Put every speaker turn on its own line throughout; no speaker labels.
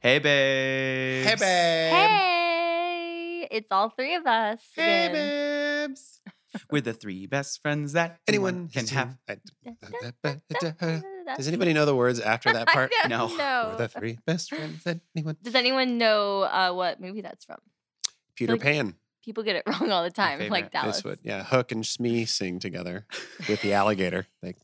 Hey, babes.
Hey, babes.
Hey, it's all three of us.
Hey,
again.
babes.
We're the three best friends that
Anyone
can have.
have. uh, Does anybody know the words after that
I
part?
don't
No.
know.
We're the three best friends that anyone.
Does anyone know uh, what movie that's from?
Peter
Like,
Pan.
People get it wrong all the time,
favorite.
like Dallas.
That's what. Yeah, Hook and Smee sing together with the alligator. Like,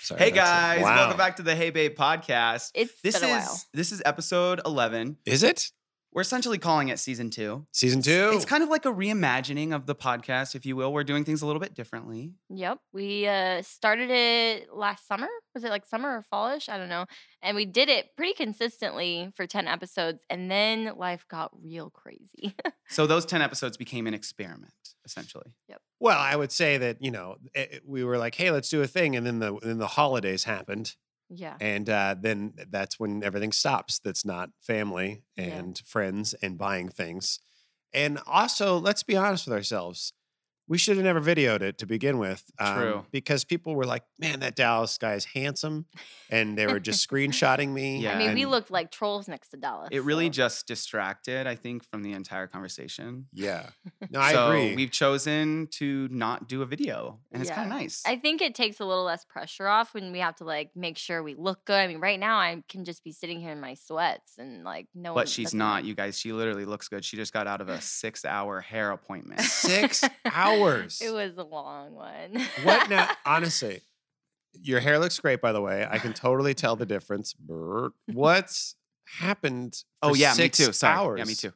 sorry,
Hey,
that's
guys.
it. Wow.
Welcome back to the Hey, Babe podcast.
It's
This
been a while.
is this is episode 11.
Is it
We're essentially calling it season two.
season two?
It's kind of like a reimagining of the podcast, if you will. We're doing things a little bit differently.
Yep. We uh, started it last summer. Was it like summer or fallish? I don't know. And we did it pretty consistently for 10 episodes. And then life got real crazy.
So those 10 episodes became an experiment, essentially.
Well, I would say that you know it, it- we were like, hey, let's do a thing, and then the then the holidays happened,
yeah.
and uh, then that's when everything stops. That's not family
Yeah.
and friends and buying things, and also let's be honest with ourselves. We should have never videoed it to begin with, um,
True.
Because people were like, "Man, that Dallas guy is handsome," and they were just screenshotting me.
Yeah,
I mean, we
and-
looked like trolls next to Dallas.
It really
so-
just distracted, I think, from the entire conversation.
Yeah, no, I
so
agree.
we've chosen to not do a video, and it's kind
Yeah.
of nice.
I think it takes a little less pressure off when we have to like make sure we look good. I mean, right now I can just be sitting here in my sweats and like no one.
but she's
doesn't
not,
know.
you guys. She literally looks good. She just got out of a six-hour hair appointment.
Six hours.
It was a long one.
What now? Honestly, your hair looks great, by the way. I can totally tell the difference. Brrr. What's happened? for
oh yeah, me
six
too. Sorry.
Hours?
Yeah, me too.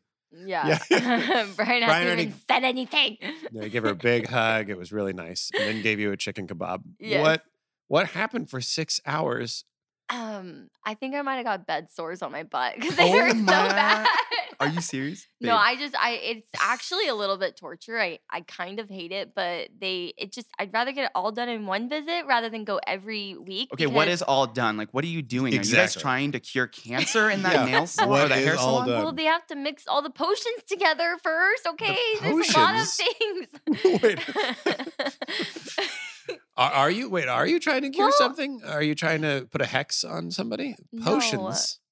yeah.
Yeah.
Brian
Brian
hasn't
already-
even said anything.
No, I gave her a big hug. It was really nice, and then gave you a chicken kebab.
Yes.
What? What happened for six hours?
Um, I think I might have got bed sores on my butt because they
Oh
were so
my-
bad.
Are you serious?
No,
babe?
I just I it's actually a little bit torture. I I kind of hate it, but they it just I'd rather get it all done in one visit rather than go every week.
Okay, what
because-
is all done? Like, what are you doing? Are you guys
Exactly.
trying to cure cancer in that
Yeah,
nail salon or
what
that
is
hair
all
salon?
done?
Well, they have to mix all the potions together first, okay? There's a lot of
potions?
things.
wait, are, are you? Wait, are you trying to cure
Well-
something? Are you trying to put a hex on somebody?
No.
Potions.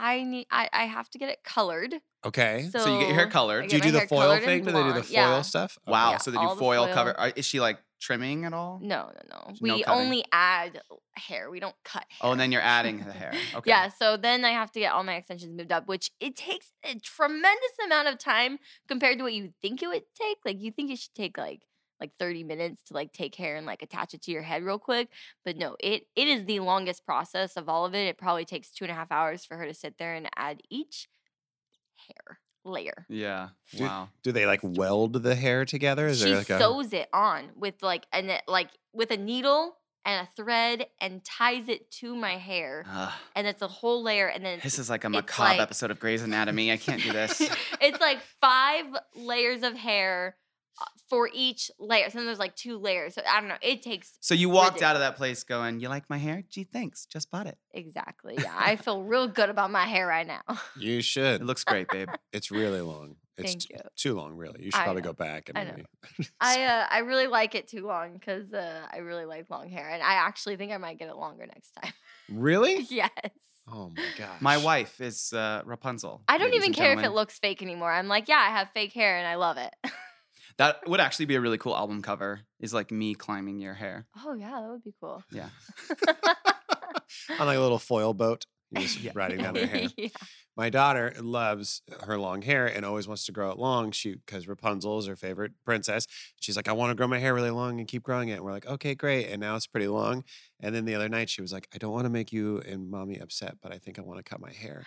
I need I, I have to get it colored.
Okay.
So,
So you get your hair colored.
I
Do
get
do you do the
my hair
foil
colored
thing?
and
Do they do the
blonde.
foil
Yeah.
stuff? Okay.
Wow.
Yeah,
so they do
all the
foil,
foil.
cover. Are- Is she like trimming at all?
No, no, no.
No
we
cutting.
only add hair. We don't cut hair.
Oh, and then you're adding the hair. Okay.
Yeah, so then I have to get all my extensions moved up, which it takes a tremendous amount of time compared to what you think it would take. Like you think it should take like like 30 minutes to like take hair and like attach it to your head real quick. But no, it it is the longest process of all of it. It probably takes two and a half hours for her to sit there and add each hair layer.
Yeah.
Do-
Wow.
Do they like weld the hair together? Is
she
there like a
sews it on with like an like with a needle and a thread and ties it to my hair.
Uh.
Ugh.
And it's a whole layer and then
This is like a
it's
macabre
like-
episode of Grey's Anatomy. I can't do this.
it's like five layers of hair uh, for each layer. So then there's like two layers. So I don't know. It takes
So you walked out of that place going, "You like my hair? Gee, thanks. Just bought it.
exactly. Yeah, I feel real good about my hair right now.
You should.
It looks great, babe."
It's really long. It's
Thank
t-
you.
too long, really. You should
I
probably
know.
go back and
I know.
maybe.
I uh, I really like it too long because uh, I really like long hair, and I actually think I might get it longer next time.
Really?
yes.
Oh my gosh.
My wife is uh, Rapunzel.
I don't
ladies
even
and
care if it
gentlemen.
looks fake anymore. I'm like, yeah, I have fake hair and I love it.
That would actually be a really cool album cover. Is like me climbing your hair.
oh yeah, that would be cool.
Yeah.
On like a little foil boat. You're just
Yeah.
riding down their hair.
Yeah.
My daughter loves her long hair and always wants to grow it long. She because Rapunzel is her favorite princess. She's like, I want to grow my hair really long and keep growing it. And we're like, okay, great. And now it's pretty long. And then the other night she was like, I don't want to make you and mommy upset, but I think I want to cut my hair.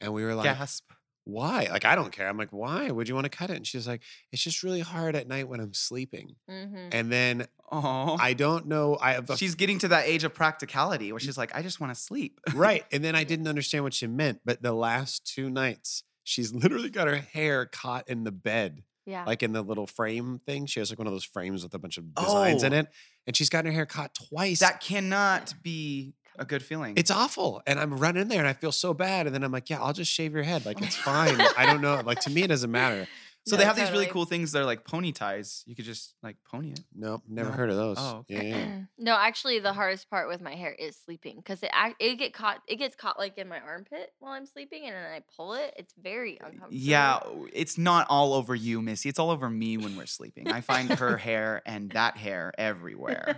And we were like,
Gasp.
why? Like, I don't care. I'm like, why would you want to cut it? And she's like, it's just really hard at night when I'm sleeping.
Mhm.
And then
Mm. Oh.
I don't know. I have a,
She's getting to that age of practicality where she's like, "I just want to sleep."
right. And then I didn't understand what she meant. But the last two nights, she's literally got her hair caught in the bed,
Yeah.
like in the little frame thing. She has like one of those frames with a bunch of designs in
Oh.
it. And she's gotten her hair caught twice.
That cannot be a good feeling.
it's awful. And I'm running there and I feel so bad. And then I'm like, yeah, I'll just shave your head. Like, it's fine. I don't know. Like, to me, it doesn't matter.
So
No,
they have these really
totally.
cool things. They're like pony ties. You could just like pony it.
Nope, never
No.
heard of those.
Oh,
yeah, yeah.
no, actually,
Mm-hmm.
the hardest part with my hair is sleeping because it ac- it get caught it gets caught like in my armpit while I'm sleeping, and then I pull it. It's very uncomfortable.
Yeah, w- it's not all over you, Missy. It's all over me when we're sleeping. I find her hair and that hair everywhere.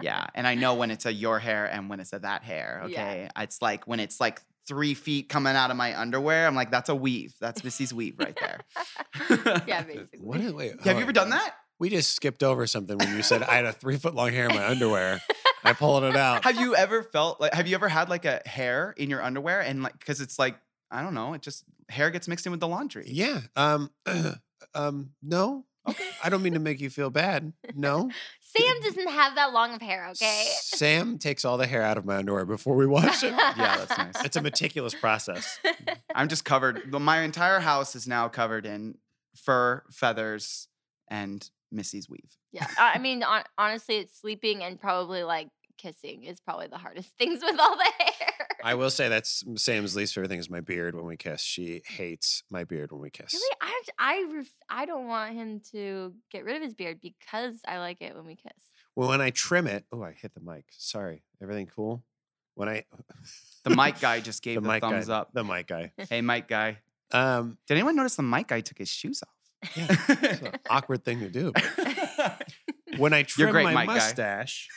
Yeah, and I know when it's a your hair and when it's a that hair.
Yeah.
Okay, it's like when it's like three feet coming out of my underwear. I'm like, that's a weave. That's Missy's weave right there.
yeah,
Uh,
basically.
What is, wait,
Have
hold
you ever
on.
done that?
We just skipped over something when you said I had a three foot long hair in my underwear. I pulled it out.
Have you ever felt like? Have you ever had like a hair in your underwear and like because it's like I don't know. It just hair gets mixed in with the laundry.
Yeah. Um. um. No. Okay. I don't mean to make you feel bad. No.
Sam doesn't have that long of hair, okay?
Sam takes all the hair out of my underwear before we wash it.
Yeah, that's nice.
it's a meticulous process.
I'm just covered. the- My entire house is now covered in fur, feathers, and Missy's weave.
Yeah, I I mean, on, honestly, it's sleeping and probably like kissing is probably the hardest things with all the hair.
I will say that's Sam's least favorite thing is my beard when we kiss. She hates my beard when we kiss.
Really, I act- I ref, I don't want him to get rid of his beard because I like it when we kiss.
Well, when I trim it, oh, I hit the mic. Sorry. Everything cool? When I
The mic guy just gave the,
mic guy-
thumbs up.
The mic guy.
hey, mic guy.
Um,
Did anyone notice the mic guy took his shoes off?
it's an awkward thing to do. when I trim
You're great,
my
Mike guy.
mustache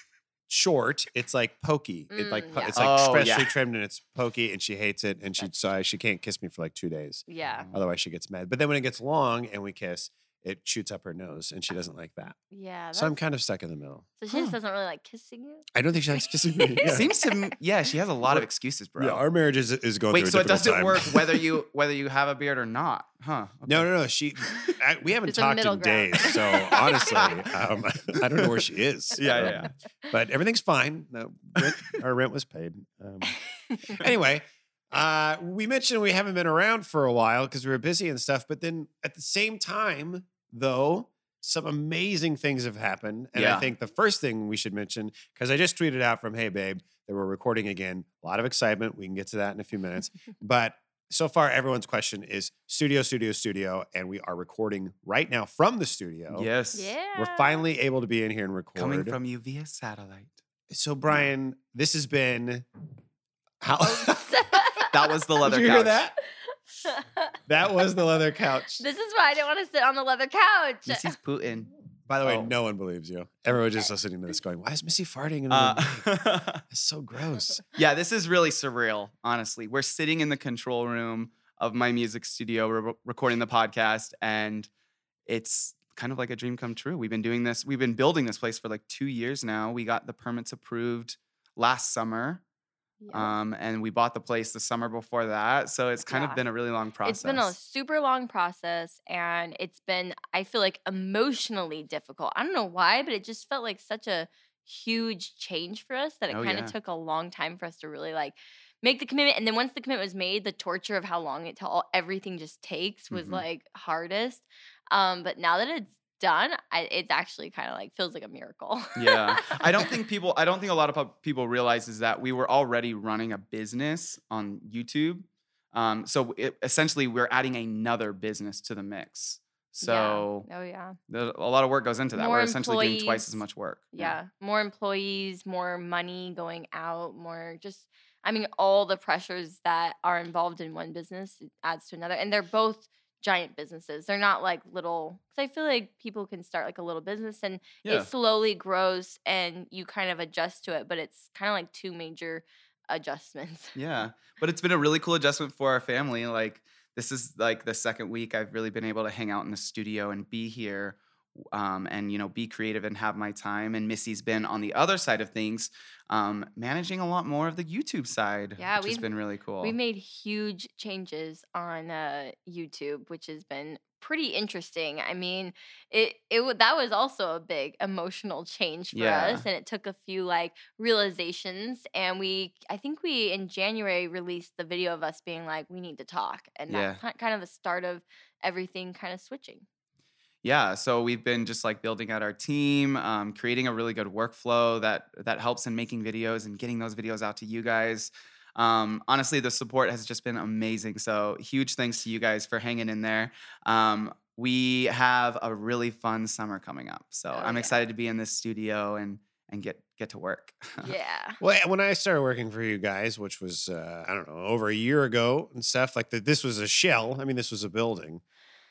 short, it's like pokey. it like
Mm,
po-
yeah.
it's like
Oh,
freshly
yeah.
trimmed and it's pokey, and she hates it, and she so I, she can't kiss me for like two days.
Yeah,
Otherwise, she gets mad. But then when it gets long and we kiss, it shoots up her nose, and she doesn't like that.
yeah.
so I'm
that's-
kind of stuck in the middle.
so she just
huh.
doesn't really like kissing you.
I don't think she likes kissing me. Yeah,
Seems to me, yeah, she has a lot of
We're-
excuses, bro.
yeah our marriage is is going
Wait,
through
so
a
it doesn't
difficult time.
work whether you whether you have a beard or not, huh?
No,
Okay.
no, no. She, I, we haven't
There's a
talked
middle
in
ground.
days, so honestly, um, I don't know where she is.
Yeah, yeah,
Um, But everything's fine. The rent, our rent was paid. Um, anyway, uh, we mentioned we haven't been around for a while because we were busy and stuff. But then at the same time, though, some amazing things have happened. And I
Yeah.
think the first thing we should mention, because I just tweeted out from Hey Babe that we're recording again, a lot of excitement. We can get to that in a few minutes. but so far, everyone's question is studio, studio, studio. And we are recording right now from the studio.
Yes.
yeah.
We're finally able to be in here and record.
Coming from you via satellite.
So, Brian, this has been how
Oh,
That was the Oh, leather
Did you
couch.
hear that? That was the leather couch.
this is why I didn't want to sit on the leather couch.
Missy's Putin.
By the way,
Oh.
no one believes you. Everyone just listening to this going, "Why is Missy farting?" In uh,
Uh,
It's so gross.
Yeah, this is really surreal, honestly. We're sitting in the control room of my music studio re- recording the podcast, and it's kind of like a dream come true. We've been doing this, we've been building this place for like two years now. We got the permits approved last summer,
Yeah.
um, and we bought the place the summer before that. So it's kind
Yeah.
of been a really long process.
It's been a super long process and it's been, I feel like, emotionally difficult. I don't know why, but it just felt like such a huge change for us that it
Oh,
kind of
yeah.
took a long time for us to really like make the commitment. And then once the commitment was made, the torture of how long it till all, everything just takes was
Mhm.
like hardest. Um, but now that it's done, I, it's actually kind of like feels like a miracle.
yeah i don't think people i don't think a lot of pub- people realize is that we were already running a business on youtube um, so it, essentially we're adding another business to the mix so
oh yeah.
the- a lot of work goes into that
More
we're essentially doing twice as
employees.
much work
yeah more employees more money going out more just i mean all the pressures that are involved in one business it adds to another and they're both giant businesses they're not like little because i feel like people can start like a little business and
yeah
it slowly grows and you kind of adjust to it but it's kind of like two major adjustments
yeah but it's been a really cool adjustment for our family like this is like the second week i've really been able to hang out in the studio and be here um, and you know be creative and have my time and missy's been on the other side of things um, managing a lot more of the youtube side
Yeah,
which has
we've-
been really cool
We made huge changes on uh, YouTube, which has been pretty interesting. I mean, it it wa- that was also a big emotional change for
Yeah.
us, and it took a few like realizations. And we, I think we in January released the video of us being like, "We need to talk," and that's ki- kind of the start of everything kind of switching.
yeah so we've been just like building out our team um, creating a really good workflow that that helps in making videos and getting those videos out to you guys um, honestly the support has just been amazing so huge thanks to you guys for hanging in there um, we have a really fun summer coming up. So
Oh,
I'm
yeah.
excited to be in this studio and and get get to work.
yeah.
Well, when I started working for you guys, which was uh, I don't know over a year ago and stuff, like that, this was a shell. I mean, this was a building,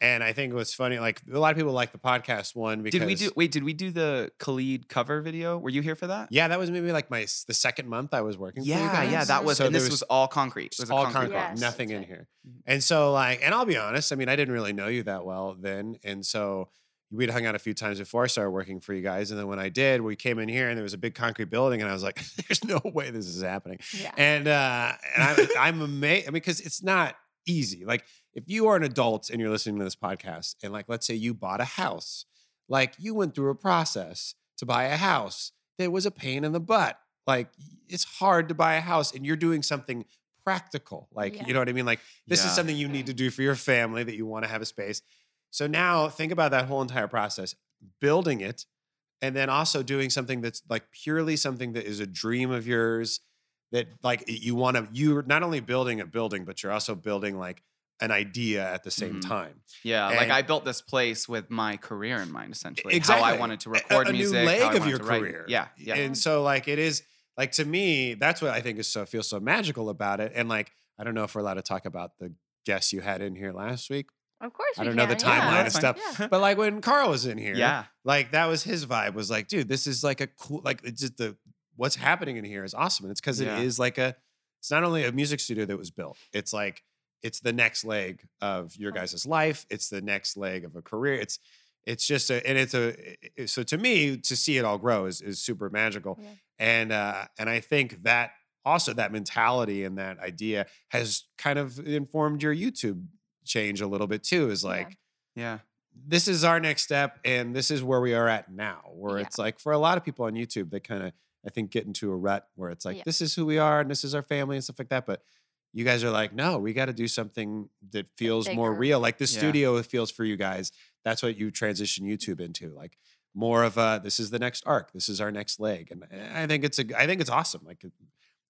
and I think it was funny. Like a lot of people like the podcast one because
did we do wait, did we do the Khalid cover video? Were you here for that?
Yeah, that was maybe like my s- the second month I was working. for you
Yeah, yeah,
guys.
that was
So
and
there
this was, all concrete. It
just
was a
all
concrete
concrete,
box.
Yes,
nothing
that's
in
right.
here.
Mhm.
And so, like, and I'll be honest, I mean, I didn't really know you that well then. And so we'd hung out a few times before I started working for you guys. And then when I did, we came in here and there was a big concrete building, and I was like, there's no way this is happening.
Yeah.
And uh, and I'm, I'm amazed. I mean, because it's not easy. Like, if you are an adult and you're listening to this podcast, and like, let's say you bought a house, like, you went through a process to buy a house that was a pain in the butt. Like, it's hard to buy a house, and you're doing something practical. Like,
Yeah.
you know what I mean? Like, this
Yeah.
is something you need to do for your family that you want to have a space. So now think about that whole entire process, building it, and then also doing something that's like purely something that is a dream of yours that like you want to you're not only building a building but you're also building like an idea at the same
Mhm.
time
Yeah, like
And-
I built this place with my career in mind, essentially. How I
Exactly.
wanted to
A- a-
record
a new
music, how
leg
I
of
wanted
your
to write-
career.
Yeah, yeah.
and so like it is like to me that's what i think is so feels so magical about it and like i don't know if we're allowed to talk about the guests you had in here last week
Of course.
i
we
don't know the
can, yeah.
timeline
that's
and
fine.
stuff but like when carl was in here
yeah.
like that was his vibe was like dude this is like a cool like it's just the what's happening in here is awesome and it's because
Yeah.
it is like a it's not only a music studio that was built it's like it's the next leg of your guys' life it's the next leg of a career it's it's just a and it's a i- i- so to me to see it all grow is is super magical
Yeah.
and uh and i think that also that mentality and that idea has kind of informed your youtube change a little bit too is
Yeah.
like
Yeah.
this is our next step and this is where we are at now where
Yeah.
it's like for a lot of people on youtube they kind of i think get into a rut where it's like
Yeah.
this is who we are and this is our family and stuff like that but you guys are like no we got to do something that feels more
bigger.
real like the
Yeah.
studio feels for you guys that's what you transition youtube into like more of a this is the next arc this is our next leg and i think it's a i think it's awesome like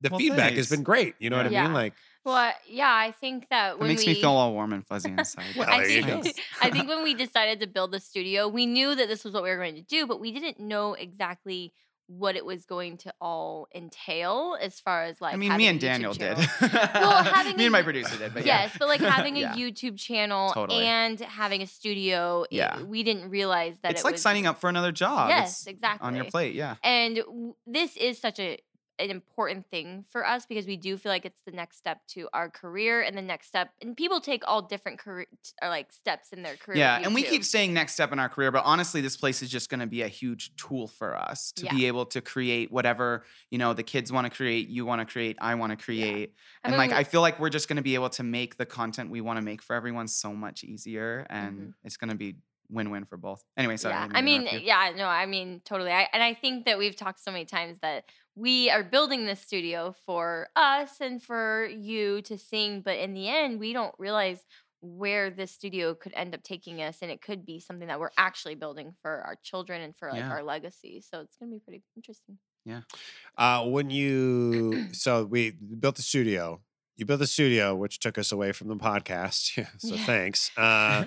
the
Well,
feedback has
thanks.
been great you know what i
Yeah.
mean like
Well, yeah, I think that
It
when
makes
we
me feel all warm and fuzzy inside.
Well,
I
there you
Thanks.
think, I think when we decided to build the studio, we knew that this was what we were going to do, but we didn't know exactly what it was going to all entail as far as like
I mean,
having
me
a
and
YouTube
Daniel did.
channel. Well, having
me
a
and my
you-
producer did, but yeah.
yes, but like having a
Yeah.
YouTube channel
Totally.
and having a studio, it-
Yeah.
we didn't realize that
it's
it
like
was,
signing up for another job.
Yes,
It's
exactly.
On your plate, yeah.
And w- this is such a an important thing for us because we do feel like it's the next step to our career and the next step. And people take all different career or like steps in their career.
Yeah,
with
and we
YouTube.
keep saying next step in our career, but honestly, this place is just going to be a huge tool for us to
Yeah.
be able to create whatever you know the kids want to create, you want to create, I want to create,
I
and
mean,
like I feel like we're just going to be able to make the content we want to make for everyone so much easier, and it's going to be win-win for both. Anyway, sorry.
Mm-hmm. yeah.
didn't
I
mean to interrupt
mean,
you.
yeah, no, I mean, totally. I, and I think that we've talked so many times that we are building this studio for us and for you to sing, but in the end, we don't realize where this studio could end up taking us, and it could be something that we're actually building for our children and for like
Yeah.
our legacy. So it's gonna be pretty interesting.
Uh, when you so we built the studio. You built the studio, which took us away from the podcast. Yeah, so
Yeah. Oh.
thanks. Uh,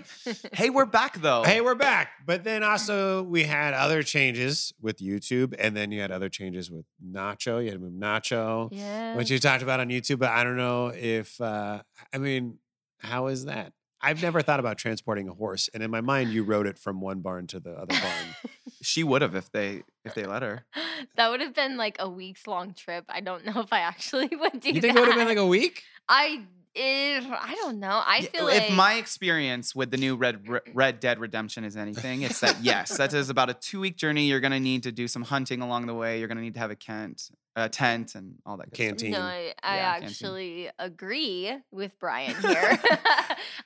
hey, we're back though.
hey, we're back. But then
Mm.
also we had other changes with YouTube, and then you had other changes with Nacho. You had to move Nacho,
yeah.
which you talked about on YouTube. But I don't know if uh, I mean, how is that? I've never thought about transporting a horse, and in my mind, you rode it from one barn to the other barn.
she would have if they if they let her.
that would have been like a weeks long trip. I don't know if I actually would do
you
that.
think it would have been like a week?
I if I don't know. I
Yeah,
feel
if
like
my experience with the new Red Re- Red Dead Redemption is anything, it's that yes, that is about a two week journey. You're gonna need to do some hunting along the way. You're gonna need to have a tent, a tent, and all that. Good stuff.
Canteen.
No, I, I
Yeah, canteen.
actually agree with Brian here.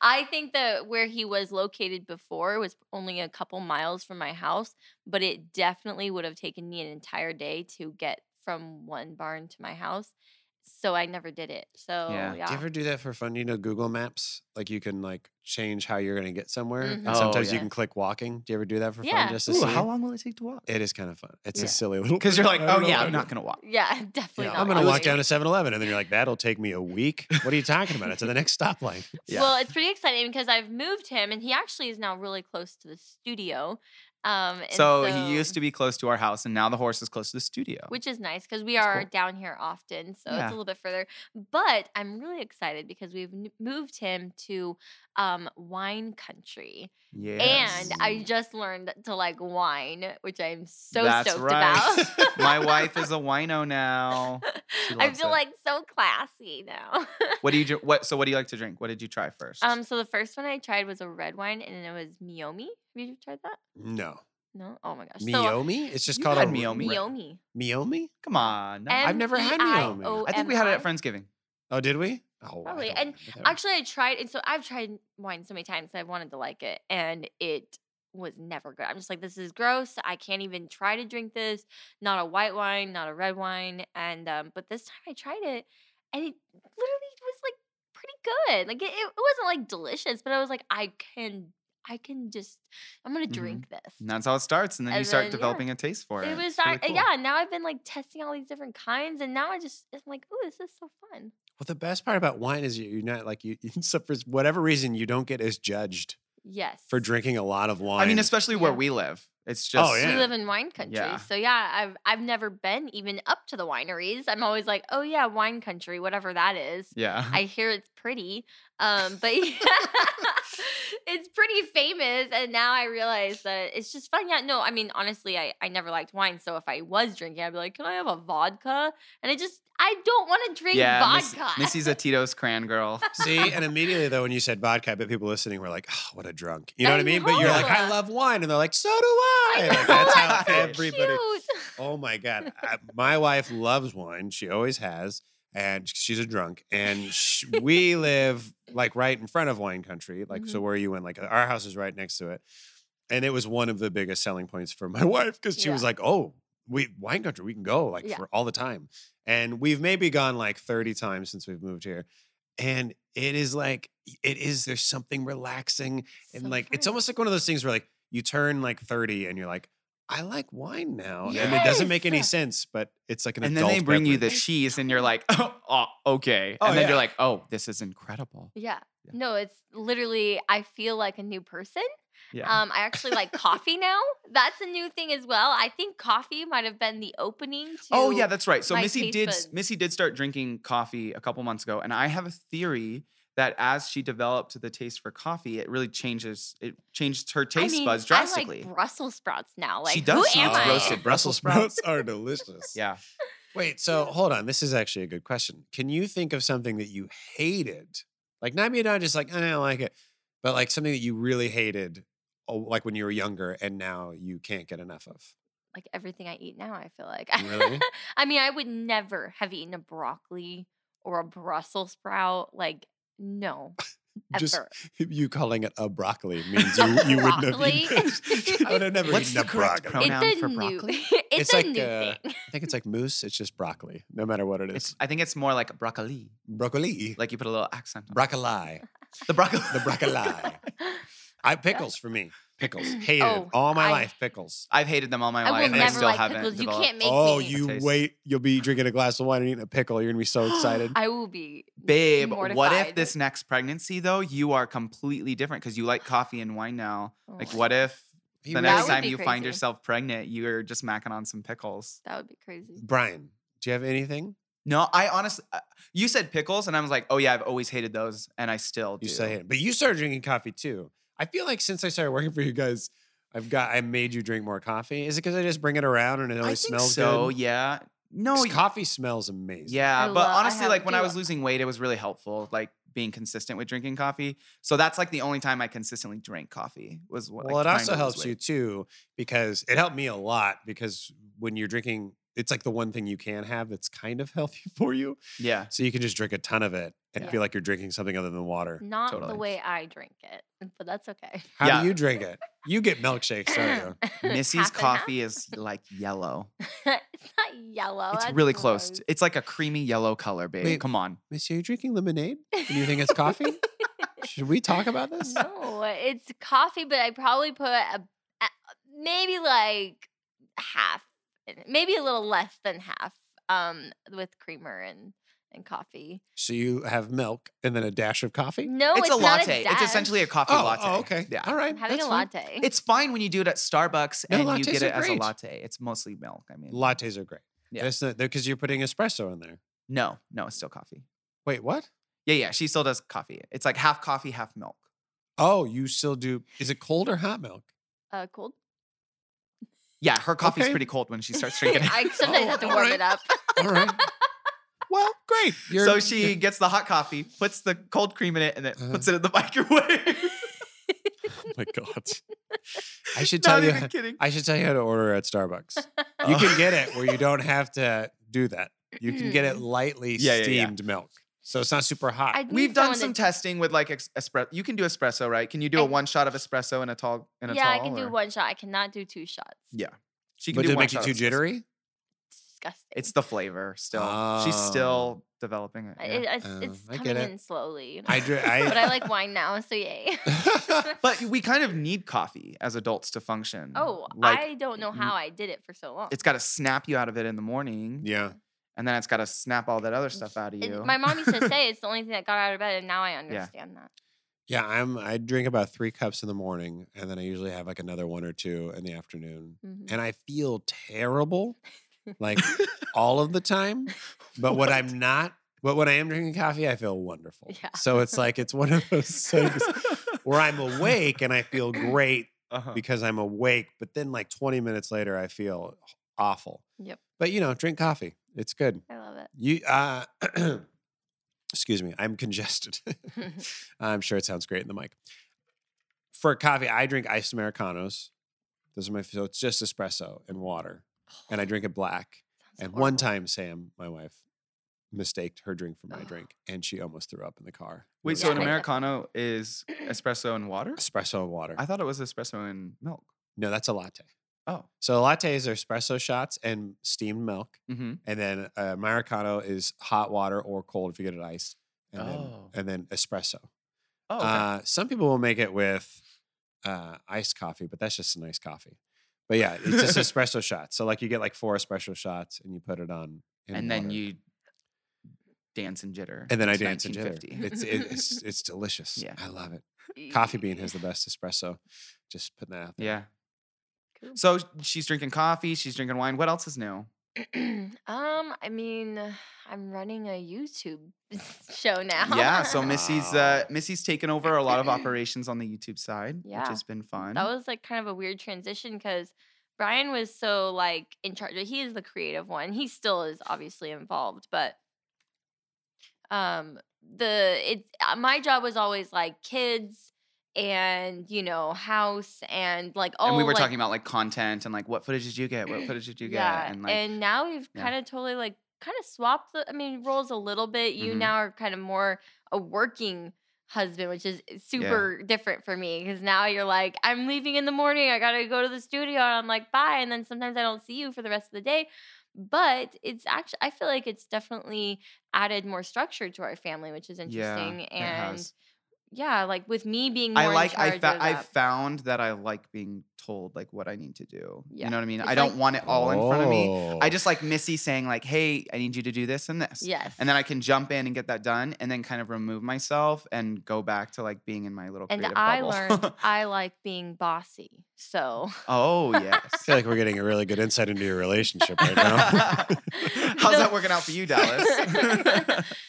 I think that where he was located before was only a couple miles from my house, but it definitely would have taken me an entire day to get from one barn to my house. so I never did it. So
Yeah.
yeah,
Do
Do you ever do that for fun? You know, Google Maps, like you can like change how you're gonna get somewhere. And
Mhm.
Oh,
sometimes you
yeah.
can click walking. Do you ever do that for
Yeah.
fun? Just to
Ooh,
see?
how long will it take to walk?
It is kind of fun. It's
Yeah.
a silly little.
Because you're like,
I don't
oh
know
yeah,
what
I'm
to
not
do."
gonna walk.
yeah, definitely
Yeah,
not.
I'm gonna
I
walk
wouldn't.
down to 7-Eleven, and then you're like, "That'll take me a week." What are you talking about? It's at the next stoplight.
Yeah.
Well, it's pretty exciting because I've moved him, and he actually is now really close to the studio. Um, and
So, he used to be close to our house, and now the horse is close to the studio.
which is nice because we are
cool.
down here often, so
Yeah.
it's a little bit further. But I'm really excited because we've n- moved him to um, wine country,
yes.
and I just learned to like wine, which I'm so
That's
stoked
right.
about.
my wife is a wino now. She
I
loves
feel
it.
like so classy now.
What do you dr- what? So what do you like to drink? What did you try first?
um, so the first one I tried was a red wine, and it was Miomi. Have you tried that?
No,
No. Oh my gosh. So,
Miomi. It's just
You've
called
had
a
Miomi.
Miomi.
Miomi.
come on, no.
And- I've never
E
had Miomi.
I think we had it at Friendsgiving.
Oh, did we? Oh, I
Probably.
don't
And
remember that one.
Actually, I tried, and so I've tried wine so many times. I wanted to like it, and it was never good. I'm just like, this is gross. I can't even try to drink this. Not a white wine, not a red wine, and um, but this time I tried it, and it literally was like pretty good. Like it, it wasn't like delicious, but I was like, I can, I can just, I'm gonna
Mhm.
drink this.
And that's how it starts, and then
And
you start
then, yeah.
developing a taste for it.
It
It's
was
really
I-
cool.
yeah. Now I've been like testing all these different kinds, and now I just I'm like, oh, this is so fun.
Well, the best part about wine is you- you're not like you. So for whatever reason, you don't get as judged
Yes.
for drinking a lot of wine.
I mean, especially where
Yeah.
we live, it's just
yeah.
We live in wine country.
Yeah.
So yeah, I've I've never been even up to the wineries. I'm always like, oh yeah, wine country, whatever that is.
yeah.
I hear it's pretty. Um, but it's pretty famous. And now I realize that it's just fun. Yeah, no, I mean, honestly, I, I never liked wine. So if I was drinking, I'd be like, can I have a vodka? And I just, I don't want to drink
yeah, Miss-
vodka.
Missy's a Tito's cran girl.
See, and immediately though, when you said vodka, I bet people listening were like, oh, "What a drunk!" You know
I
what I mean? But you're like, "I
know.
love wine," and they're like, "So do I!"
I
Like,
know,
that's
like,
how
so
everybody.
Cute.
Oh my god, I, my wife loves wine. She always has, and she's a drunk. And sh we live like right in front of wine country. Like,
Mm-hmm.
so where are you in? Like, our house is right next to it. And it was one of the biggest selling points for my wife because she was
Yeah.
like, "Oh, we wine country, we can go like
Yeah.
for all the time." And we've maybe gone like thirty times since we've moved here, and it is like it is. There's something relaxing and
So
like it's
fun.
almost like one of those things where like you turn like 30 and you're like i like wine now and it doesn't make any
Yes.
sense but it's like an
and then
adult
they bring you the
beverage.
beverage.
cheese, and you're like, oh, okay.
Oh,
and then
yeah.
you're like, oh, this is incredible.
Yeah.
Yeah.
No, it's literally I feel like a new person.
Yeah.
Um, I actually like coffee now. That's a new thing as well. I think coffee might have been the opening to
oh yeah, that's right. So
my
Missy
taste
did
buds.
Missy did start drinking coffee a couple months ago, and I have a theory that as she developed the taste for coffee, it really changes. It changed her
I
taste
mean,
buds
I
drastically.
like Brussels sprouts now. Like
she does.
who
She
am
eats
I?
roasted Brussels sprouts.
sprouts are delicious
yeah.
wait so hold on this is actually a good question can you think of something that you hated like not me not just like i don't like it but like something that you really hated oh, like when you were younger and now you can't get enough of
Like everything I eat now, I feel like.
Really?
I mean, I would never have eaten a broccoli or a Brussels sprout. Like no, ever.
Just- you calling it a broccoli means you, you wouldn't have eaten
Broccoli?
it. i would have never
What's
eaten
the
a
correct
broccoli
pronoun
it's a
for
new.
broccoli?
it's,
It's
a
like,
new
uh,
thing.
I think it's like moose. It's just broccoli, no matter what it is.
It's. I think it's more like broccoli.
broccoli.
Like you put a little accent. on it.
broccoli.
the broccoli.
The broccoli. I pickles for me. Pickles. Hated
Oh,
all my
I-
life pickles.
I've hated them all my
I will
life. and I
never
still
like
haven't.
pickles. You
developed-
can't make
Oh,
me.
you
taste.
wait. You'll be drinking a glass of wine and eating a pickle. You're gonna be so excited.
I will be.
Babe, what if
mortified.
this next pregnancy though you are completely different because you like coffee and wine now?
Oh
Like,
my
what if
You
the
That
next
would
time
be
you find
crazy.
yourself pregnant, you're just macking on some pickles?
That would be crazy.
Brian, do you have anything?
No, I honestly, uh, you said pickles, and I was like, oh yeah, I've always hated those, and I still do.
You say it, but you started drinking coffee too. I feel like since I started working for you guys, I've got I made you drink more coffee. Is it because I just bring it around and it
I
always
think
smells
so.
good?
Yeah. No.
'Cause
y-
coffee smells amazing.
Yeah,
I
but
love- I
honestly,
have-
like when I
do-
was losing weight, it was really helpful, like being consistent with drinking coffee. So that's like the only time I consistently drank coffee was. What,
Well, it also helps you too because it helped me a lot because when you're drinking it's like the one thing you can have that's kind of healthy for you.
Yeah.
So you can just drink a ton of it and
Yeah.
feel like you're drinking something other than water.
Not
Totally.
the way I drink it, but that's okay.
How
Yeah.
do you drink it? You get milkshakes, don't you?
uh, Missy's
Half and half.
coffee is like yellow.
it's not yellow.
it's
Oh, that's
really close.
gross.
to- It's like a creamy yellow color, babe.
Wait.
Come on.
Miss, are you drinking lemonade? And you think it's coffee? Should we talk about this?
no, it's coffee, but I probably put a, a maybe like half, in it, maybe a little less than half, um, with creamer and and coffee.
So you have milk and then a dash of coffee?
No,
it's,
Oh, it's,
a
not
latte. it's
dash.
essentially a coffee
oh,
latte.
oh, okay.
Yeah.
All right.
I'm having
that's
a
fine.
latte.
It's fine when you do it at Starbucks
No,
and you
lattes
get
are
it as a
great.
latte. It's mostly milk. I mean,
Lattes are great.
Yeah.
Yeah. Because you're putting espresso in there.
no, no, it's still coffee.
Wait, what?
Yeah, yeah. She still does coffee. It's like half coffee, half milk.
Oh, you still do. Is it cold or hot milk?
uh, cold.
Yeah, her coffee's
Okay.
pretty cold when she starts drinking it.
I sometimes
Oh,
have to
all
warm
right.
it up.
All right. well, great. You're,
so she gets the hot coffee, puts the cold cream in it, and then
Uh-huh.
puts it in the microwave.
Oh my God. I should tell
Not
you.
even kidding.
I should tell you how to order at Starbucks. You
Oh.
can get it where you don't have to do that. You can get
Mm.
it lightly
Yeah, yeah, yeah.
steamed milk. So it's not super hot.
I'd need
We've done
someone to-
some testing with like ex- espresso. You can do espresso, right? Can you do a
I-
one shot of espresso in a tall in a
yeah,
tall?
I can do
or-
one shot. I cannot do two shots.
Yeah. She can
but
do
did it
one
make you
shot
too
of espresso.
jittery?
It's disgusting.
It's the flavor still. She's still developing it.
I-
yeah. Uh,
it- it's,
Oh,
it's
I get
coming
it.
in slowly. you know?
I do.
but I
I,
like wine now, so yay.
But we kind of need coffee as adults to function.
Oh,
like,
I don't know
m-
how I did it for so long.
It's got to snap you out of it in the morning,
yeah.
and then it's got to snap all that other stuff out of
And
you.
my mom used to say it's the only thing that got out of bed, and now I understand that.
Yeah, I'm I drink about 3 cups in the morning and then I usually have like another one or two in the afternoon.
Mhm.
And I feel terrible like all of the time, but when I'm not but when I am drinking coffee, I feel wonderful.
Yeah.
So it's like it's one of those things where I'm awake and I feel great
Uh-huh.
because I'm awake, but then like 20 minutes later I feel awful.
Yep.
But you know, drink coffee. It's good.
I love it.
You uh excuse me, I'm congested.
Oh,
I'm sure it sounds great in the mic. For coffee, I drink iced Americanos. Those are my so it's just espresso and water. And I drink it black.
Sounds
And
horrible.
one time Sam, my wife, mistaked her drink for my
Ugh.
drink and she almost threw up in the car. It
Wait,
was
so an
Yeah.
great.
americano is espresso and water?
espresso and water.
I thought it was espresso and milk.
no, that's a latte.
Oh,
So lattes are espresso shots and steamed milk.
mm-hmm.
And then uh, Americano is hot water or cold if you get it iced. And,
Oh.
then, and then espresso.
oh, okay.
Uh, some people will make it with uh, iced coffee, but that's just a nice coffee. But yeah, it's just espresso shots. So like you get like four espresso shots and you put it on, in
and then
water.
you dance and jitter.
and then I
It's
dance and jitter.
1950.
It's it- it's it's delicious.
Yeah.
I love it. Coffee Bean has the
Eee.
best espresso. Just putting that out there.
Yeah.
Cool.
So she's drinking coffee. She's drinking wine. What else is new?
um, I mean, I'm running a YouTube show now.
Yeah. So Missy's uh,
Wow.
Missy's taken over a lot of operations on the YouTube side,
Yeah.
which has been fun.
that was like kind of a weird transition because Brian was so like in charge. He is the creative one. He still is obviously involved, but um the it's uh, my job was always like kids and you know house and like all
and we were
like,
talking about like content and like what footage did you get? What footage did you get?
yeah,
and like
now we've
yeah.
kind of totally like kind of swapped the I mean roles a little bit. You
Mhm.
now are kind of more a working husband, which is eh, super different for me because now you're like I'm leaving in the morning. I got to go to the studio and I'm like bye and then sometimes I don't see you for the rest of the day. But it's actually I feel like it's definitely added more structure to our family, which is interesting
it
and
has.
yeah, like with me being more
I like
in
I
charge
fa-
of
I
that-
found that I like being told like what I need to do.
Yeah.
You know what I mean?
It's
I don't
like-
want it all in front of me. I
Oh.
just like Missy saying like, "Hey, I need you to do this and this."
yes
and then I can jump in and get that done, and then kind of remove myself and go back to like being in my little.
and
creative
I
bubble.
learned I like being bossy. So
oh
I
yes.
feel like we're getting a really good insight into your relationship right now.
How's that working out for you, Dallas?
It's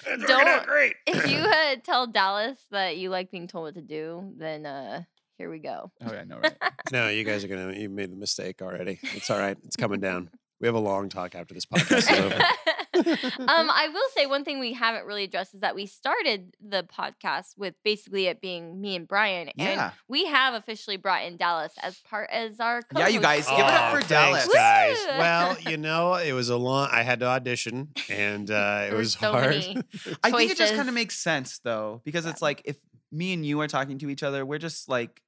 working
Don't-
out great.
if you uh, tell Dallas that you like being told what to do, then uh, here we go.
oh yeah, no right.
no, you guys are gonna you made the mistake already. It's all right. It's coming down. We have a long talk after this podcast is over.
um, I will say one thing we haven't really addressed is that we started the podcast with basically it being me and Brian, and
Yeah.
we have officially brought in Dallas as part as our co
Yeah, you guys, give it up
Aw,
for Dallas.
thanks, guys.
Woo!
Well, you know, it was a long. I had to audition, and uh, it
There were
was
so
hard.
many.
I think it just kind
choices.
of makes sense though, because it's like if me and you are talking to each other, we're just like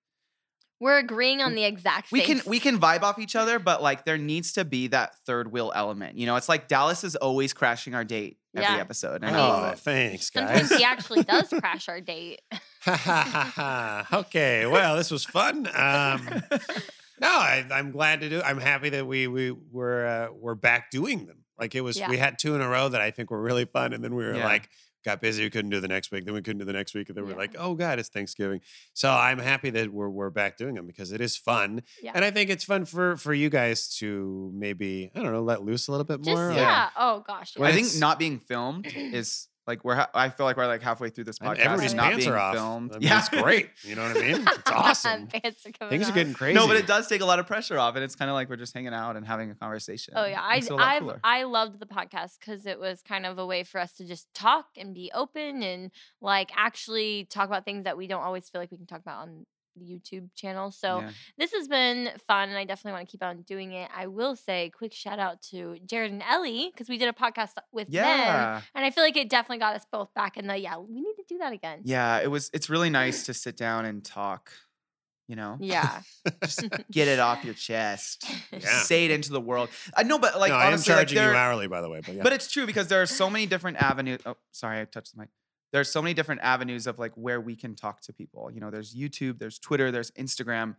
We're agreeing on the exact.
we
same
can we can vibe off each other, but like there needs to be that third wheel element. You know, it's like Dallas is always crashing our date every
Yeah.
episode. And I
Oh,
love it.
thanks,
Sometimes
guys.
he actually does crash our date.
Ha, ha, ha, ha. okay, well, this was fun. Um, no, I, I'm glad to do. I'm happy that we we were uh, we're back doing them. Like it was,
Yeah.
we had two in a row that I think were really fun, and then we were
Yeah.
like got busy. We couldn't do the next week. Then we couldn't do the next week, and then we
Yeah.
we're like, oh god, it's Thanksgiving. So I'm happy that we're we're back doing them because it is fun,
Yeah.
and I think it's fun for for you guys to maybe I don't know let loose a little bit
Just
more.
yeah.
like,
Oh gosh.
When
I
yeah.
think
it's-
not being filmed is like we're ha- I feel like we're like halfway through this
and
podcast.
everybody's
and not
pants
being
are off.
filmed.
I mean, it's great. You know what I mean? It's awesome.
Pants are coming
Things are
off.
getting crazy.
No, but it does take a lot of pressure off, and it's kind of like we're just hanging out and having a conversation.
Oh yeah, I
Makes it a lot
I've,
cooler.
I loved the podcast because it was kind of a way for us to just talk and be open and like actually talk about things that we don't always feel like we can talk about on the YouTube channel. So
Yeah.
this has been fun, and I definitely want to keep on doing it. I will say quick shout out to Jared and Ellie because we did a podcast with them,
yeah.
and I feel like it definitely got us both back in the yeah. We need to do that again.
Yeah, it was it's really nice to sit down and talk, you know?
Yeah.
Get it off your chest.
Yeah.
Say it into the world. I know, but like
no,
honestly,
I am
like,
charging
there-
you hourly, by the way. But yeah.
but it's true because there are so many different avenues. Oh, sorry, I touched the mic. There's so many different avenues of like where we can talk to people. You know, there's YouTube, there's Twitter, there's Instagram.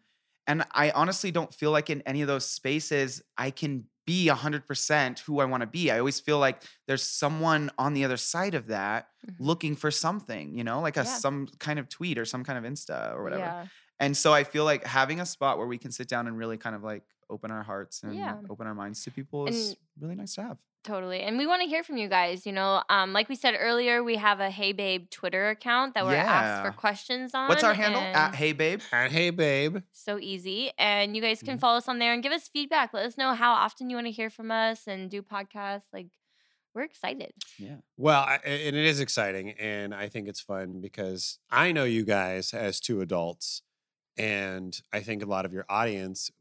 And I honestly don't feel like in any of those spaces I can be 100% who I want to be. I always feel like there's someone on the other side of that
Mhm.
looking for something, you know, like a
Yeah.
some kind of tweet or some kind of Insta or whatever.
Yeah.
And so I feel like having a spot where we can sit down and really kind of like open our hearts and
Yeah.
open our minds to people is
And-
really nice to have.
Totally. And we want to hear from you guys. You know, um, like we said earlier, we have a Hey Babe Twitter account that we're asked for
Yeah.
questions on.
What's our handle? At
and
Hey Babe.
Uh, hey, babe.
so easy. And you guys can
Mm-hmm.
Mhm.
follow us on there and give us feedback. Let us know how often you want to hear from us and do podcasts. Like, we're excited.
Well, I, a- and it is exciting, and I think it's fun because I know you guys as two adults, and I think a lot of your audience,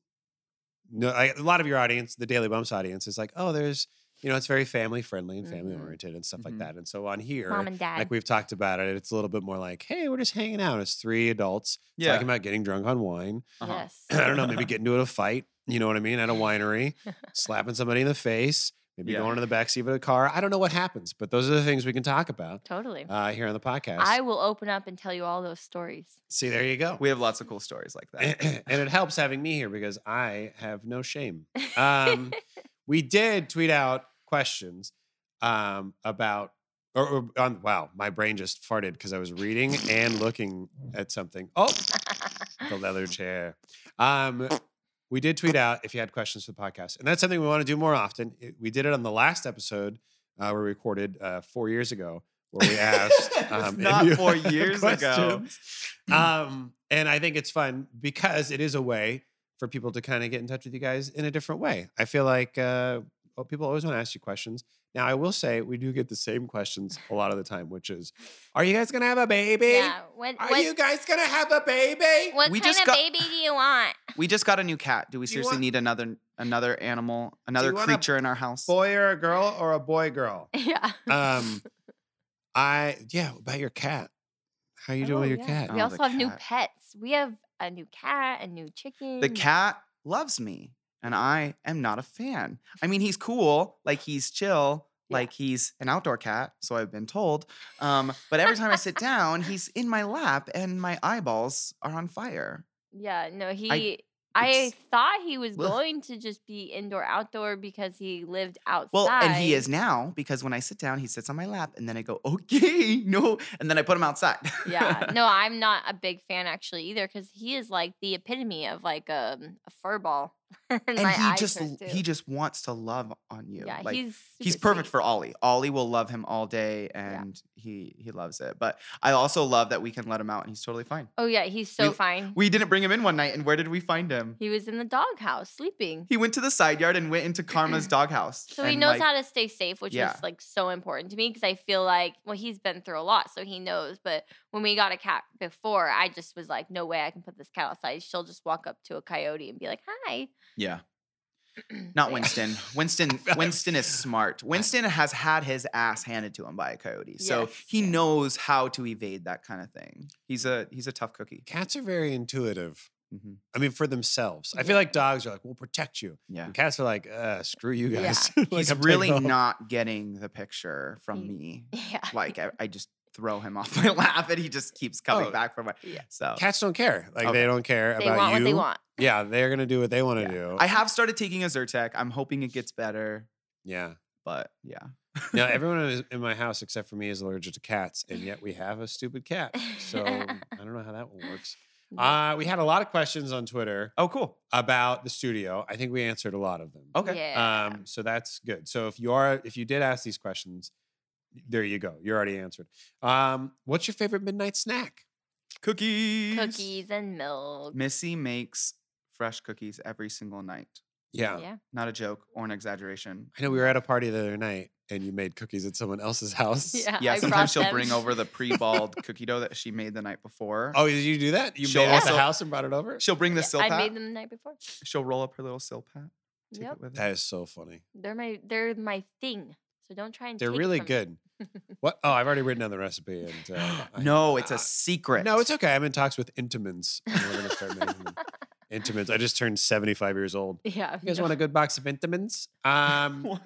no, I, a lot of your audience, the Daily Bumps audience, is like, oh, there's, you know, it's very family friendly and family
Mhm.
oriented and stuff
Mhm.
like that, and so on here,
Mom and dad.
like we've talked about it, it's a little bit more like, hey, we're just hanging out as three adults talking about getting drunk on wine.
Uh-huh.
Yes.
I don't know, maybe getting into a fight. You know what I mean? At a winery, slapping somebody in the face, maybe
Yeah.
going to the backseat of a car. I don't know what happens, but those are the things we can talk about
Totally.
uh, here on the podcast.
I will open up and tell you all those stories.
See, there you go.
We have lots of cool stories like that.
and it helps having me here because I have no shame. Um, we did tweet out questions um, about, or, or on, wow, my brain just farted because I was reading and looking at something. Oh, the leather chair. Um, we did tweet out if you had questions for the podcast, and that's something we want to do more often. It- we did it on the last episode uh, we recorded uh, four years ago, where we asked. um,
It was
if
not
you
four
had
years ago.
questions.
Mm.
Um, and I think it's fun because it is a way for people to kind of get in touch with you guys in a different way. I feel like uh, well, people always want to ask you questions. Now, I will say we do get the same questions a lot of the time, which is, "Are you guys gonna have a baby?
yeah. When,
Are
what
you guys gonna have a baby?"
what
We
kind
just
of
got-
baby do you want?
we just got a new cat. Do we
Do you
seriously
want-
need another another animal, another
you want a
creature in our house?
boy or a girl or a boy girl?
yeah.
Uh,
Um, I yeah about your cat. How you doing
Oh,
with your
yeah.
cat?
We
Oh,
also
the
have new
cat.
pets. We have a new cat, a new chicken.
The cat loves me, and I am not a fan. I mean, he's cool, like he's chill,
Yeah.
like he's an outdoor cat, so I've been told. Um, but every time I sit down, he's in my lap, and my eyeballs are on fire.
Yeah, no, he. I,
it's-
thought he was
Ugh.
going to just be indoor outdoor because he lived outside.
Well, and he is now because when I sit down, he sits on my lap, and then I go, okay, no, and then I put him outside.
yeah, no, I'm not a big fan actually either because he is like the epitome of like um, a fur ball.
and
My
he
eyes
just
hurt
l-
too.
he just wants to love on you.
yeah,
like,
he's
he's
super
perfect
sweet.
for Ollie. Ollie will love him all day, and he he loves it. But I also love that we can let him out, and he's totally fine.
Oh yeah, he's so
We-
fine.
We didn't bring him in one night, and where did we find him?
he was in the doghouse sleeping.
He went to the side yard and went into Karma's doghouse.
So he
and,
knows
like,
how to stay safe, which
Yeah.
was like so important to me because I feel like well he's been through a lot, so he knows. But when we got a cat before, I just was like, no way I can put this cat outside. She'll just walk up to a coyote and be like, hi.
Yeah. Not
yeah.
Winston. Winston Winston is smart. Winston has had his ass handed to him by a coyote. So
Yes,
he
yeah.
knows how to evade that kind of thing. He's a he's a tough cookie.
Cats are very intuitive.
Mhm.
I mean, for themselves. I
Yeah.
feel like dogs are like, we'll protect you.
Yeah.
And cats are like, uh, screw you
Yeah.
guys. like,
He's
I'm taking
really
off.
not getting the picture from
He-
me.
Yeah.
Like I, I just throw him off my lap and he just keeps coming
Oh,
back from my
yeah.
so
Cats don't care. Like
Okay.
they don't care
they
about
want
you.
what they want.
Yeah, they're gonna do what they want to do.
I have started taking a Zyrtec. I'm hoping it gets better,
yeah.
but yeah.
Now everyone is- in my house except for me is allergic to cats, and yet we have a stupid cat. So I don't know how that one works.
Ah,
Yeah.
Uh, we had a lot of questions on Twitter
Oh cool.
about the studio. I think we answered a lot of them.
Okay. Uh,
Yeah.
Um, so that's good. So if you are, if you did ask these questions, there you go. You already answered. Um, what's your favorite midnight snack?
Cookies.
Cookies and milk.
Missy makes fresh cookies every single night.
Yeah.
Yeah.
Not a joke or an exaggeration.
I know we were at a party the other night, and you made cookies at someone else's house.
Yeah.
Yeah,
I brought
sometimes she'll
them.
bring over the pre-balled cookie dough that she made the night before.
Oh, did you do that? You
She'll
made it at the
also-
house and brought it over.
She'll bring the
Yeah,
silpat.
I made them the night before.
She'll roll up her little silpat. Take
Yep.
it with her.
That is so funny.
They're my they're my thing. So don't try and
They're
take it
really
from me.
good. What? Oh, I've already written down the recipe. And uh, I-
no, it's
uh,
a secret.
No, it's okay. I'm in talks with Intimins. and We're gonna start making them. Intimins. I just turned 75 years old.
Yeah.
You guys
no.
want a good box of Intimins? Um,
What?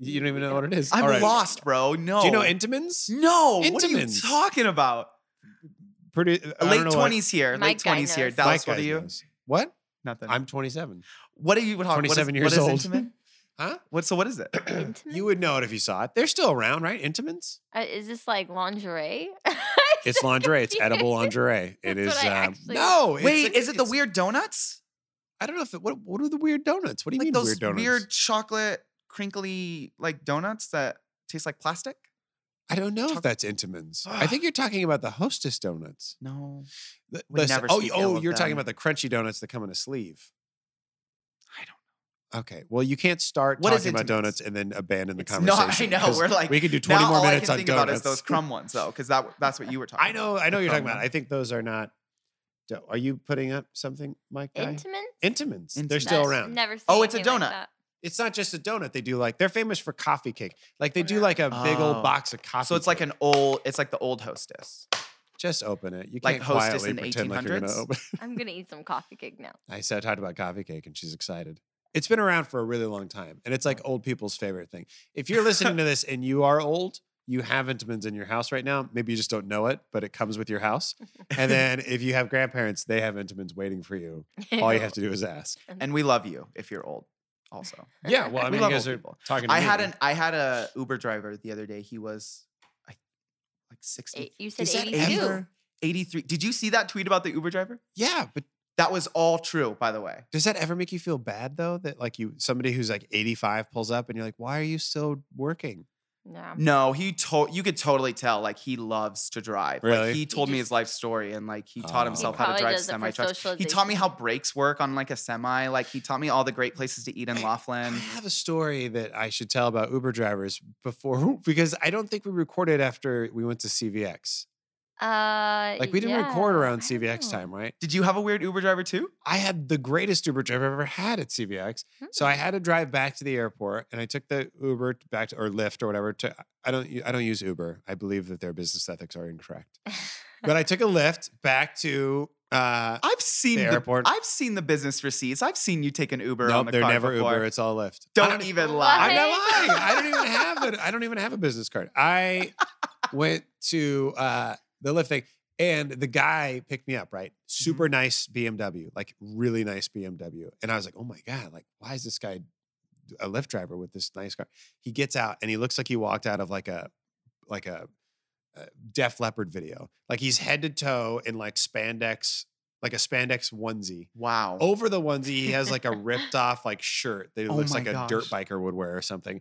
you don't even know what it is.
I'm
All right.
lost, bro. No. Mm.
Do you know Intimins?
No. What are you
Intimins.
talking about?
Pretty I
late
don't know what-
20s here.
My
late
guy
20s here.
Mike
knows.
Dallas, what are
guys
you?
knows. What?
Nothing.
I'm 27.
what are you talking? what is-
27 years
what
old.
is intimate?
Huh?
What? So what is it?
Intimate?
You would know it if you saw it. They're still around, right? Intimins?
Uh, is this like lingerie?
It's lingerie. It's edible lingerie. It
That's
is.
what I
um,
actually-
no. it's
Wait,
like-
is it the
it's-
weird donuts?
I don't know if it, what. What are the weird donuts? What do you
like
mean
those
weird donuts?
weird chocolate crinkly like donuts that taste like plastic?
I don't know if
Choc-
that's Intimins. I think you're talking about the Hostess donuts.
No,
The,
Would
the s-
never
oh,
speak
y-
ill
oh,
of
you're talking
them.
about the crunchy donuts that come in a sleeve.
I don't.
Okay. Well, you can't start
What is
talking about
Intimins?
donuts and then abandon the
It's not- I
conversation.
know,
'cause
we're like,
we could do 20
Now
more
all I
minutes
can
on
think
donuts.
about is those crumb ones though, because that that's what you were talking.
I know.
about,
I know
the
you're talking
crumb
about. I
ones.
think those are not. do- Are you putting up something, Mike? guy?
Intimate?
Intimins. They're
Intimins.
still
That's-
around.
Never seen
Oh, it's a
anything like
donut.
that.
It's not just a donut. They do like they're famous for coffee cake. Like they do like a big
Oh.
old box of coffee.
so. It's like
cake.
an old. It's like the old hostess.
just open it. You
like
can't
Hostess
quietly
in the
pretend like you're gonna
1800s?
open.
I'm gonna eat some coffee cake now.
I said talked about coffee cake and she's excited. It's been around for a really long time and it's like old people's favorite thing. If you're listening to this and you are old, you have Intamins in your house right now. Maybe you just don't know it, but it comes with your house. And then if you have grandparents, they have Intamins waiting for you. All you have to do is ask.
And we love you if you're old. Also,
Yeah, well, I
We
mean, you
love
guys
old
are
people.
talking. To
I had
me.
an I had a Uber driver the other day. He was, I, like 60,
Eight- You said
Is that
82.
ever-
83. Did you see that tweet about the Uber driver?
Yeah, but
That was all true, by the way.
does that ever make you feel bad though? That like you somebody who's like 85 pulls up and you're like, why are you still working?
No.
No, he told you could totally tell. Like he loves to drive.
Really?
Like, he told me
just-
his life story, and like he taught
Oh.
He
himself how to
probably
drive
does it for
semi trucks. He taught me
socialization.
how brakes work on like a semi. Like he taught me all the great places to eat in
I- I
Laughlin.
have a story that I should tell about Uber drivers before because I don't think we recorded after we went to CVX.
Uh,
Like we didn't
yeah,
record around
I don't
CVX
know.
time, right?
Did you have a weird Uber driver too?
I had the greatest Uber driver I've ever had at CVX. So I
Hmm.
had to drive back to the airport and I took the Uber t- back to, or Lyft or whatever to I don't u- I don't use Uber. I believe that their business ethics are incorrect. But I took a Lyft back to uh
I've seen
The
the,
airport.
I've seen the business receipts. I've seen you take an Uber on
nope,
the
they're
car
never
before.
Uber, it's all Lyft. I
Don't,
don't- e-,
even
lie.
lie.
I'm not
Right?
lying. I don't even have it. I don't even have a business card. I went to uh, the lift thing, and the guy picked me up. Right,
Mm-hmm.
super nice BMW, like really nice BMW. And I was like, oh my god, like why is this guy a lift driver with this nice car? He gets out and he looks like he walked out of like a like a, uh Def Leppard video. Like he's head to toe in like spandex like a spandex onesie.
Wow.
Over the onesie, he has like a ripped off like shirt that
Oh
looks
my
like a dirt
gosh.
biker would wear or something.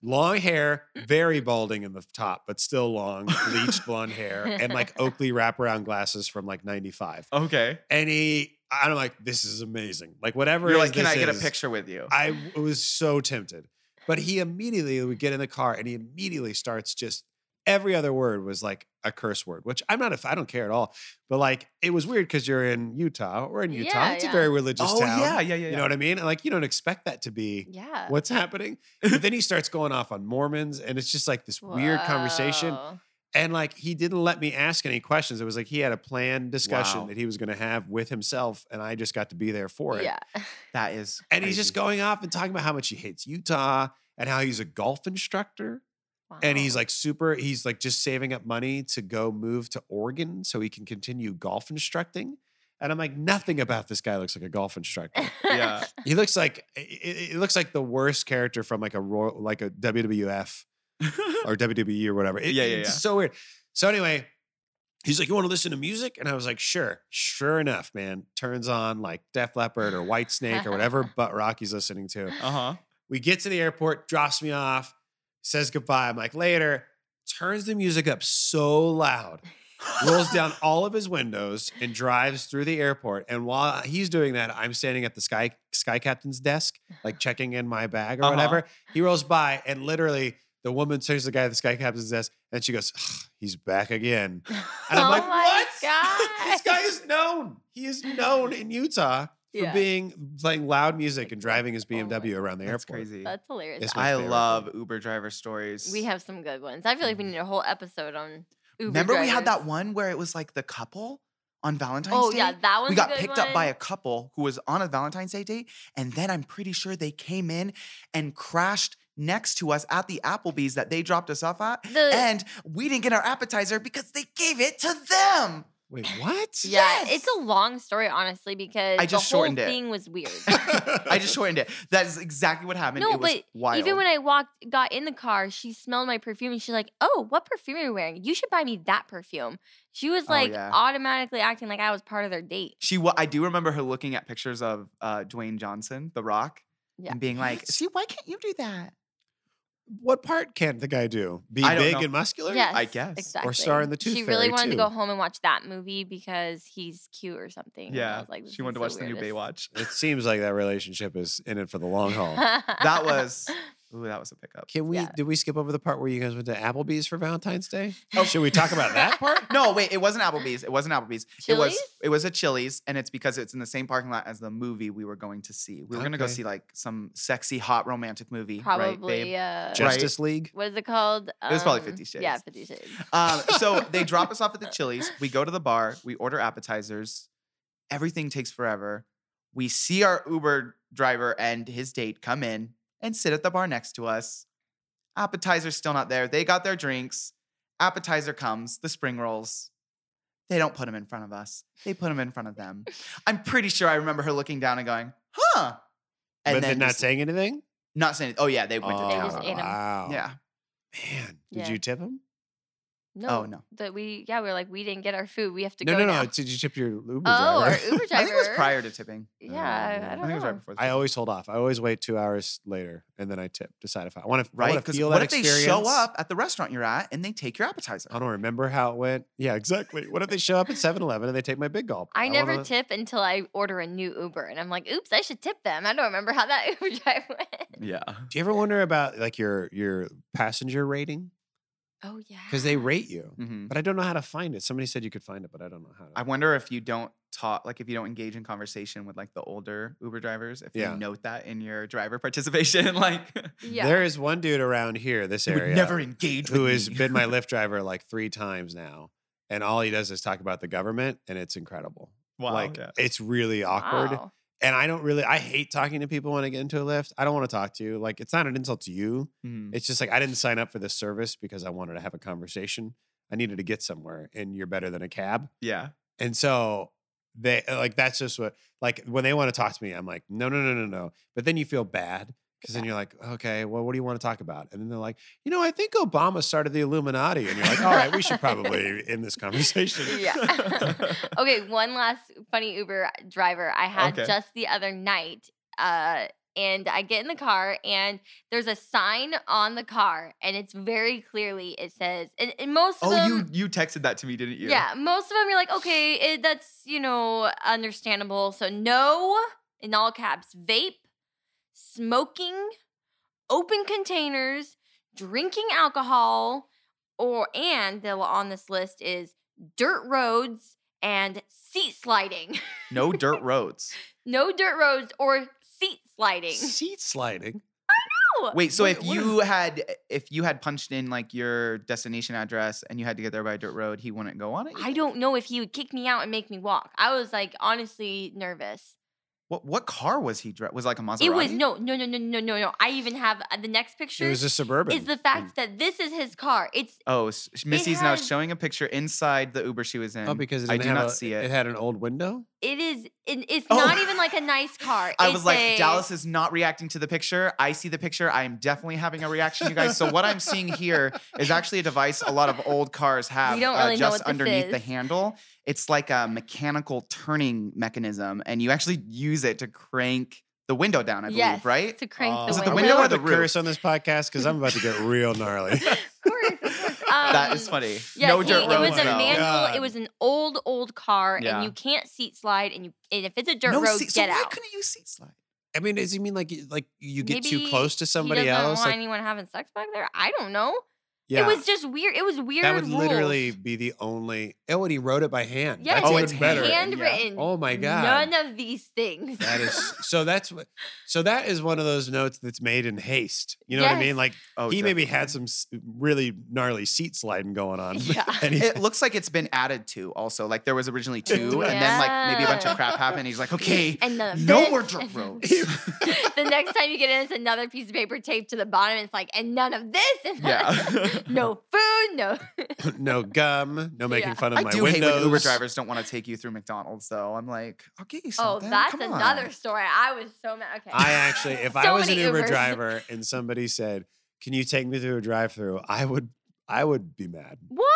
Long hair, very balding in the top, but still long, bleached blonde hair, and like Oakley wraparound glasses from like '95.
Okay.
And he, I'm like, this is amazing. Like whatever.
You're
it
like,
is
can I
this
get a
is,
picture with you?
I w- was so tempted. But he immediately would get in the car and he immediately starts just every other word was like a curse word, which I'm not, a f- I don't care at all. But like it was weird because you're in Utah or in Utah.
Yeah,
it's a
yeah.
very religious
oh
town.
yeah, yeah, yeah, yeah.
You know what I mean? And like you don't expect that to be
Yeah.
what's happening. But then he starts going off on Mormons and it's just like this weird conversation.
Whoa.
And like he didn't let me ask any questions. It was like he had a planned discussion
Wow.
that he was going to have with himself and I just got to be there for it.
Yeah.
that is.
And he's just
crazy.
going off and talking about how much he hates Utah and how he's a golf instructor. And he's
Wow.
like super, he's like just saving up money to go move to Oregon so he can continue golf instructing. And I'm like, nothing about this guy looks like a golf instructor.
Yeah.
he looks like it, it looks like the worst character from like a royal, like a WWF or WWE or whatever. It-
Yeah, yeah,
It's
yeah.
so weird. So anyway, he's like, "You want to listen to music?" And I was like, "Sure." Sure enough, man, turns on like Def Leppard or White Snake or whatever butt rock he's listening to.
uh huh.
We get to the airport, drops me off, says goodbye. I'm like, "Later." Turns the music up so loud, rolls down all of his windows, and drives through the airport. And while he's doing that, I'm standing at the sky sky captain's desk, like checking in my bag or
Uh-huh.
whatever. He rolls by, and literally the woman turns to the guy at the sky captain's desk, and she goes, "Ugh, "He's back again." And I'm
Oh
like,
my
"What? this
God."
guy is known. He is known in Utah for
Yeah.
being playing loud music and driving his
Oh my
BMW around the
That's
airport."
crazy.
That's hilarious.
It's my
I
favorite.
love Uber driver stories.
We have some good ones. I feel like
Mm-hmm.
we need a whole episode on Uber
Remember we had that
drivers.
one where it was like the couple on Valentine's
Oh
Day.
yeah, that one.
we got picked up by a couple who was on a Valentine's Day date, and then I'm pretty sure they came in and crashed next to us at the Applebee's that they dropped us off at,
The-
and we didn't get our appetizer because they gave it to them.
Wait, what?
Yeah, it's a long story, honthly, because
I just
the whole
shortened it.
thing was weird.
I just shortened it. That is exactly what happened.
No,
it was
but
wild.
Even when I walked, got in the car, she smelled my perfume and she's like, "Oh, what perfume are you wearing? You should buy me that perfume." She was
Oh,
like
yeah.
automatically acting like I was part of their date.
she, wa- I do remember her looking at pictures of uh, Dwayne Johnson, The Rock,
Yeah.
and being like,
What?
"See, why can't you do that?"
What part can't the guy do? Be
I don't
big
know.
and muscular?
Yes,
guess. Or
exactly.
Star in the Tooth
She really
Fairy,
wanted to go
too.
home and watch that movie because he's cute or something. and I
Yeah,
was like, "This
she
is
wanted to watch
the
the new
weirdest."
Baywatch.
It seems like that relationship is in it for the long haul.
That was, ooh, that was a pickup.
Can we?
Yeah.
Did we skip over the part where you guys went to Applebee's for Valentine's Day?
Oh.
Should we talk about that part?
No, wait, it wasn't Applebee's. It wasn't Applebee's. It was
Chili's?
it was a Chili's, and it's because it's in the same parking lot as the movie we were going to see. We were gonna go
Okay.
see like some sexy, hot romantic movie. Right, babe?
probably uh,
Just-
Justice League.
what is it called?
It was probably
Um,
50
Yeah,
Shades.
Fifty Shades.
Um, so they drop us off at the Chili's. We go to the bar. We order appetizers. Everything takes forever. We see our Uber driver and his date come in and sit at the bar next to us. Appetizer's still not there. They got their drinks. Appetizer comes, the spring rolls. They don't put them in front of us. They put them in front of them. I'm pretty sure I remember her looking down and going, huh? And
but then not
just
saying anything.
not saying, oh yeah, they went to
oh,
They just
town.
ate 'em.
wow.
Yeah.
Man, did
Yeah.
you tip him?
No,
no.
That we yeah, we were like we didn't get our food. We have to
No,
go.
no,
now.
no. Did you tip your Uber
Oh,
driver?
our Uber driver.
I think it was prior to tipping.
Yeah, I, I
Um,
I
don't
think it was right
know.
before the
I
tip.
always hold off. I always wait two hours later and then I tip. Decide if I want to.
right?
I want to
Because
feel
what
that
if
experience.
they show up at the restaurant you're at and they take your appetizer?
I don't remember how it went. Yeah, exactly. What if they show up at 7-Eleven and they take my big gulp?
I never
wanna-
tip until I order a new Uber, and I'm like, "Oops, I should tip them." I don't remember how that Uber drive went.
Yeah.
Do you ever wonder about like your your passenger rating?
Oh yeah,
Because they rate you,
hmm
but I don't know how to find it. Somebody said you could find it, but I don't know how. To.
I wonder if you don't talk, like if you don't engage in conversation with like the older Uber drivers, if
Yeah.
you note that in your driver participation, like
yeah.
There is one dude around here, this
you
area,
would never engage
who
with
has
me.
been my Lyft driver like three times now, and all he does is talk about the government, and it's incredible.
Wow,
like
yeah.
it's really awkward,
Wow.
and I don't really. I hate talking to people when I get into a Lyft. I don't want to talk to you. Like it's not an insult to you.
Mhm.
It's just like I didn't sign up for this service because I wanted to have a conversation. I needed to get somewhere, and you're better than a cab.
yeah.
And so they uh, like that's just what like when they want to talk to me, I'm like, no, no, no, no, no. But then you feel bad because then you're like, okay, well, what do you want to talk about? And then they're like, you know, I think Obama started the Illuminati. And you're like, all right, we should probably end this conversation.
Yeah. okay, one last funny Uber driver I had
Okay.
just the other night. Uh, and I get in the car, and there's a sign on the car, and it's very clearly it says, and, and most of
Oh,
them,
you you texted that to me, didn't you?
yeah, most of them you're like, okay, it, that's you know understandable. So no, in all caps, vape, smoking, open containers, drinking alcohol, or and the, on this list is dirt roads and seat sliding.
No dirt roads.
no dirt roads or seat sliding.
Seat sliding.
No.
Wait, so
What-
if
what is-
you had if you had punched in like your destination address and you had to get there by a dirt road, he wouldn't go on it. you
I
think?
don't know if he would kick me out and make me walk. I was like honestly nervous.
What what car was he? Dri- was it like a Maserati.
It was no, no, no, no, no, no, no. I even have uh, the next picture.
It was a suburban.
is the fact that this is his car. It's
Oh, s- Missy's now
has-
showing a picture inside the Uber she was in.
Oh, because it
I
didn't
do
have
not
a-
see it.
It had an old window.
it is it, it's
Oh.
not even like a nice car.
I
It's
was like,
a-
Dallas is not reacting to the picture. I see the picture. I am definitely having a reaction, you guys. So what I'm seeing here is actually a device a lot of old cars have uh,
don't really know
just
what this
underneath the
is.
handle. It's like a mechanical turning mechanism, and you actually use it to crank the window down. I believe,
yes,
right?
To crank
Oh.
the,
Is it
Are
the
we
window.
window or
allowed
the
to
roof?
curse on this podcast because I'm about to get real gnarly.
Of course, of course.
that
Um,
is funny.
Yeah,
no
he-
dirt
it
roads.
was a
though.
manual.
God.
It was an old, old car,
Yeah.
and you can't seat slide. And you, and if it's a dirt
No
road,
seat- so
get
why
out.
couldn't you seat slide?
I mean, does he mean like you- like you get
Maybe
too close to somebody
he doesn't
else?
Want
Like,
anyone having sex back there? I don't know.
yeah,
It was just weird. It was weird.
that would
rules.
literally be the only. Oh, and he wrote it by hand.
Yes,
That's
Oh,
even
it's
better.
handwritten, yeah.
handwritten.
Oh my god.
None of these things.
That is so. That's what. So that is one of those notes that's made in haste. You know what I
Yes.
mean? Like
Oh,
he maybe
definitely.
had some s- really gnarly seat sliding going on.
Yeah.
and he-
It looks like it's been added to also. Like there was originally two, and then like maybe a bunch of crap happened. He's like, okay,
and none of
no
this,
more
and
dirt
none of
roads.
the next time you get in, it's another piece of paper taped to the bottom. And it's like, and none of this. And none of this.
yeah.
no food. No.
no gum. No making
Yeah.
fun of
I
my
do
windows.
hate when Uber drivers don't want to take you through McDonald's, though. I'm like, I'll get you
Oh,
something.
that's
Come on."
another story. I was so mad. Okay.
I actually, if I
So
was an
many
Uber
Ubers.
driver and somebody said, "Can you take me through a drive-through?" I would, I would be mad.
Why?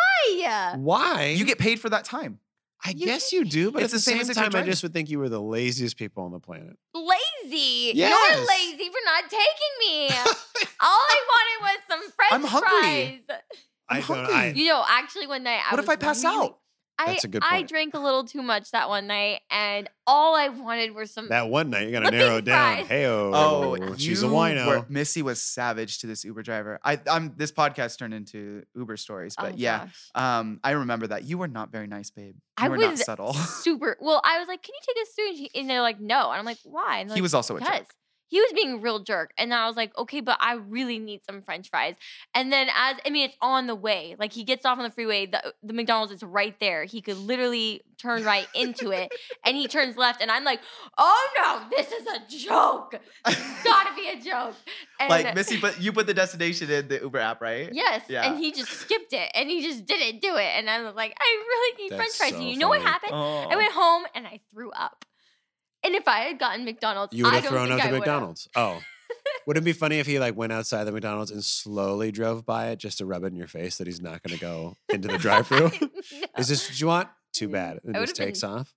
Why?
You get paid for that time.
I
you
guess you do, but
It's the
at the
same
same,
as if you're
time, I
driving.
just would think you were the laziest people on the planet.
Lazy. You're
Yes.
lazy for not taking me. All I wanted was some French
I'm hungry.
fries.
I'm
I don't.
hungry.
I,
You know, actually, one night I
what
was
if I pass
really-
out?
I,
That's a good
I
point.
drank a little too much that one night, and all I wanted were some.
that one night, you're gonna
Flipping
narrow it down.
fries.
Hey,
Oh,
oh, she's a
you
wino.
were- Missy was savage to this Uber driver. I, I'm this podcast turned into Uber stories,
oh,
but yeah,
gosh.
um, I remember that you were not very nice, babe. You
I
were not
was
subtle.
super. Well, I was like, "Can you take us through?" And, he, and they're like, "No," and I'm like, "Why?" And they're
he
like,
was also a jerk.
"Because." He was being a real jerk, and I was like, "Okay, but I really need some French fries." And then, as I mean, it's on the way. Like he gets off on the freeway. The, uh, the McDonald's is right there. He could literally turn right into it, and he turns left. And I'm like, "Oh no, this is a joke. It's gotta be a joke." And
like Missy, but you put the destination in the Uber app, right?
Yes.
Yeah.
And he just skipped it and he just didn't do it. And I was like, I really need
That's
french fries. and
so
you know what
funny.
happened?
Oh.
I went home and I threw up. And if I had gotten McDonald's,
You would
I don't
have thrown
think
up
I
the
would've.
McDonald's. Oh. Wouldn't it be funny if he like went outside the McDonald's and slowly drove by it just to rub it in your face that he's not going to go into the drive-through?
No.
Is this what you want? Too
Mm.
bad. And
I
just
would've
takes
been
off.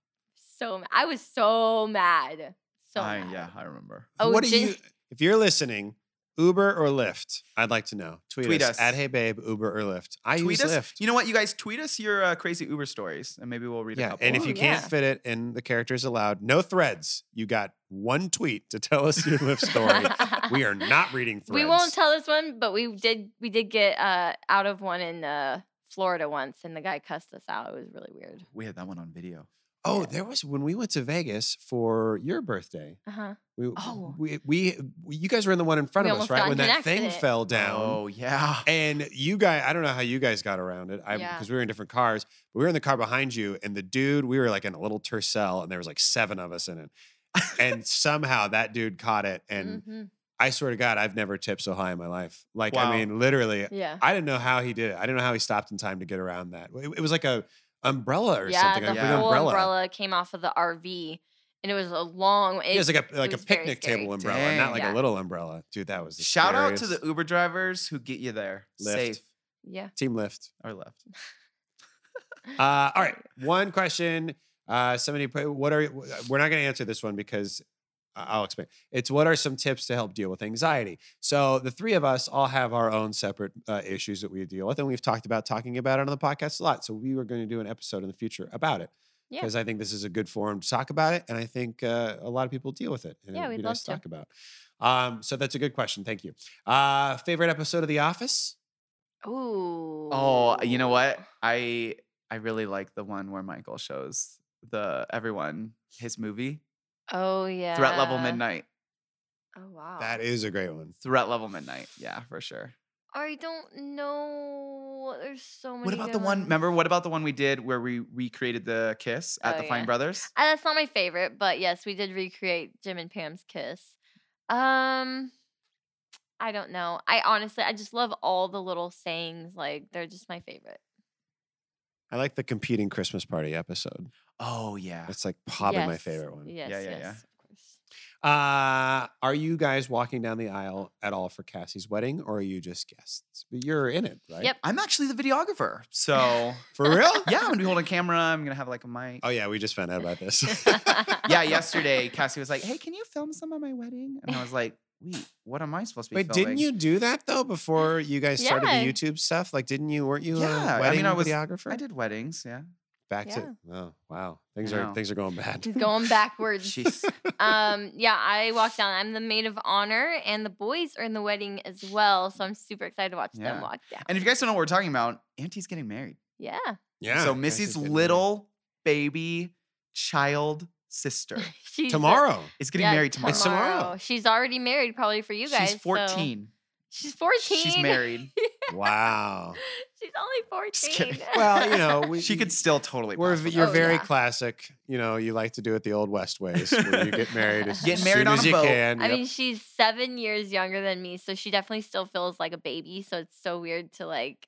so ma- I was so mad. So
I-
mad.
yeah, I remember.
Oh,
what do
Jin-
you? If you're listening, Uber or Lyft? I'd like to know. Tweet,
Tweet
us,
us.
at Hey Babe Uber or Lyft. I
tweet
use
us.
Lyft.
You know what, you guys tweet us your uh, crazy Uber stories, and maybe we'll read a
yeah,
couple.
and if
Oh,
you can't
yeah.
fit it in the characters allowed, no threads. You got one tweet to tell us your Lyft story. we are not reading threads.
We won't tell this one, but we did we did get uh, out of one in uh, Florida once and the guy cussed us out. It was really weird.
we had that one on video.
Oh, there was when we went to Vegas for your birthday.
Uh-huh.
We,
Oh.
we, we, we- you guys were in the one in front
We
of us,
almost
right?
got
When
into an
that thing
accident.
fell down.
Oh yeah.
And you guys, I don't know how you guys got around it because
Yeah.
we were in different cars, but we were in the car behind you. And the dude, we were like in a little Tercel and there was like seven of us in it. and somehow that dude caught it. And
Mhm.
I swear to God, I've never tipped so high in my life. Like,
Wow.
I mean, literally,
Yeah.
I didn't know how he did it. I didn't know how he stopped in time to get around that. It, it was like a umbrella or
yeah,
something,
the
like a big
Yeah.
whole
umbrella.
umbrella. came off of the RV, and it was a long. It,
It, was like a like a
was very
picnic
scary.
table umbrella, not
Dang.
like
Yeah.
a little umbrella. Dude, that was the
Shout out to
scariest.
the Uber drivers who get you there
Lyft.
safe
yeah.
Team Lyft.
or left.
Uh, all right, one question. Uh, somebody, put- what are we're not going to answer this one because I- I'll explain. It's what are some tips to help deal with anxiety? So the three of us all have our own separate uh, issues that we deal with, and we've talked about talking about it on the podcast a lot. So we were going to do an episode in the future about it
Yeah.
because I think this is a good forum to talk about it, and I think uh, a lot of people deal with it. And
Yeah,
it would
we'd
be
love
nice to
to.
talk about. Um, so that's a good question. Thank you. Uh, favorite episode of The Office?
Ooh.
Oh, you know what? I I really like the one where Michael shows the everyone his movie.
Oh yeah.
Threat level midnight.
Oh wow.
That is a great one.
Threat level midnight. Yeah, for sure.
I don't know. There's so many.
What about
good
the one?
ones.
Remember what about the one we did where we recreated the kiss at
Oh,
the Fine
yeah.
Brothers?
Uh, that's not my favorite, but yes, we did recreate Jim and Pam's kiss. Um, I don't know. I honestly, I just love all the little sayings. Like they're just my favorite.
I like the competing Christmas party episode.
Oh yeah.
That's like probably my
Yes,
favorite one.
Yes,
yeah,
yes,
yeah.
of course.
Uh, are you guys walking down the aisle at all for Cassie's wedding, or are you just guests? But you're in it, right?
Yep.
I'm actually the videographer. So
For real?
yeah, I'm gonna be holding a camera. I'm gonna have like a mic.
Oh yeah, we just found out about this.
Yeah, yesterday Cassie was like, "Hey, can you film some of my wedding?" And I was like, "Wait, what am I supposed to be?"
Wait, didn't
filming?"
you do that though before you guys started
Yeah.
the YouTube stuff? Like, didn't you? Weren't you
Yeah,
a
I
wedding
mean, I was-
videographer?
I did weddings. Yeah.
Back
Yeah.
to oh wow, things
I
are
know.
things are going bad.
He's going backwards.
Jeez.
um, yeah, I walk down. I'm the maid of honor, and the boys are in the wedding as well. So I'm super excited to watch
Yeah.
them walk down.
And if you guys don't know what we're talking about, Auntie's getting married.
yeah,
Yeah.
so
Cassie's
Missy's
getting married.
little baby child sister
she's uh,
tomorrow.
is getting
yeah,
married tomorrow.
It's tomorrow.
She's already married, probably for you guys.
She's
so-
14.
She's 14.
She's married.
wow.
She's only 14.
Just kidding.
Well, you know, we,
She could still totally.
We're,
We're,
v- you're
Oh,
very
yeah.
classic. You know, you like to do it the old West ways, where you get married as
Getting
soon
married on
as
a
you
boat.
can.
I
yep.
mean, she's seven years younger than me, so she definitely still feels like a baby. So it's so weird to like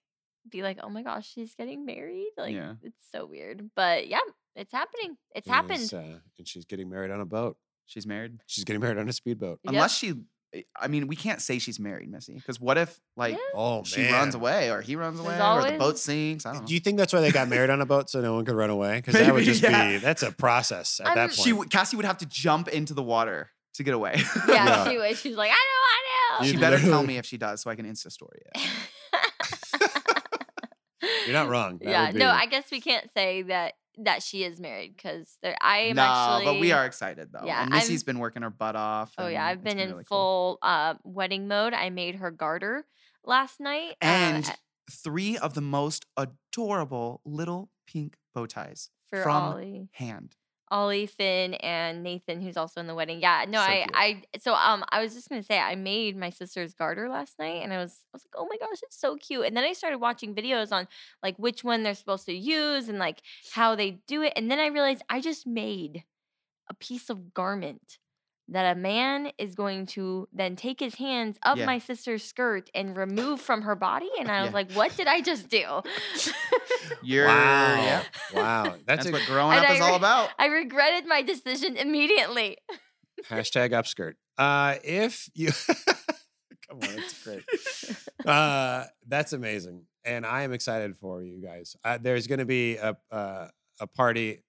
be like, oh my gosh, she's getting married. Like,
Yeah.
it's so weird. But yeah, it's happening. It's
And
happened.
uh, and she's getting married on a boat.
She's married.
She's getting married on a speedboat.
Yep.
Unless she, I mean, we can't say she's married, Missy, because what if like
Yeah.
Oh,
she runs away or he runs
There's
away or the boat
always-
sinks? I don't know.
Do you think that's why they got married on a boat so no one could run away? Because that would
Maybe,
just
yeah.
be that's a process at that
I'm-
point.
she would Cassie would have to jump into the water to get away.
yeah,
Yeah.
she was. She's like, I
she
You'd
know,
better tell
literally-
me if she does, so I can Insta story it.
I know.
You're not wrong. That
yeah,
would be-
no, I guess we can't say that that she is married because I am
no,
actually.
but we are excited though.
Yeah,
and
I'm-
Missy's been working her butt off.
Oh yeah,
and
I've
it's
been in
really cool.
full uh, wedding mode. I made her garter last night. uh,
And
a-
three of the most adorable little pink bow ties
for
from
Ollie,
hand.
Ollie, Finn, and Nathan, who's also in the wedding. Yeah, no,
So
I,
cute.
I, so um, I was just gonna say I made my sister's garter last night, and I was, I was like, oh my gosh, it's so cute. And then I started watching videos on like which one they're supposed to use and like how they do it, and then I realized I just made a piece of garment. That a man is going to then take his hands up
Yeah.
my sister's skirt and remove from her body. And I was
Yeah.
like, what did I just do?
You're,
wow,
yeah.
wow,
That's,
that's, a
what growing
And
up
I
is all
re-
about.
I regretted my decision immediately.
hashtag upskirt. Uh, if you come on, that's great. Uh, that's amazing, and I am excited for you guys. Uh, there's going to be a uh, a party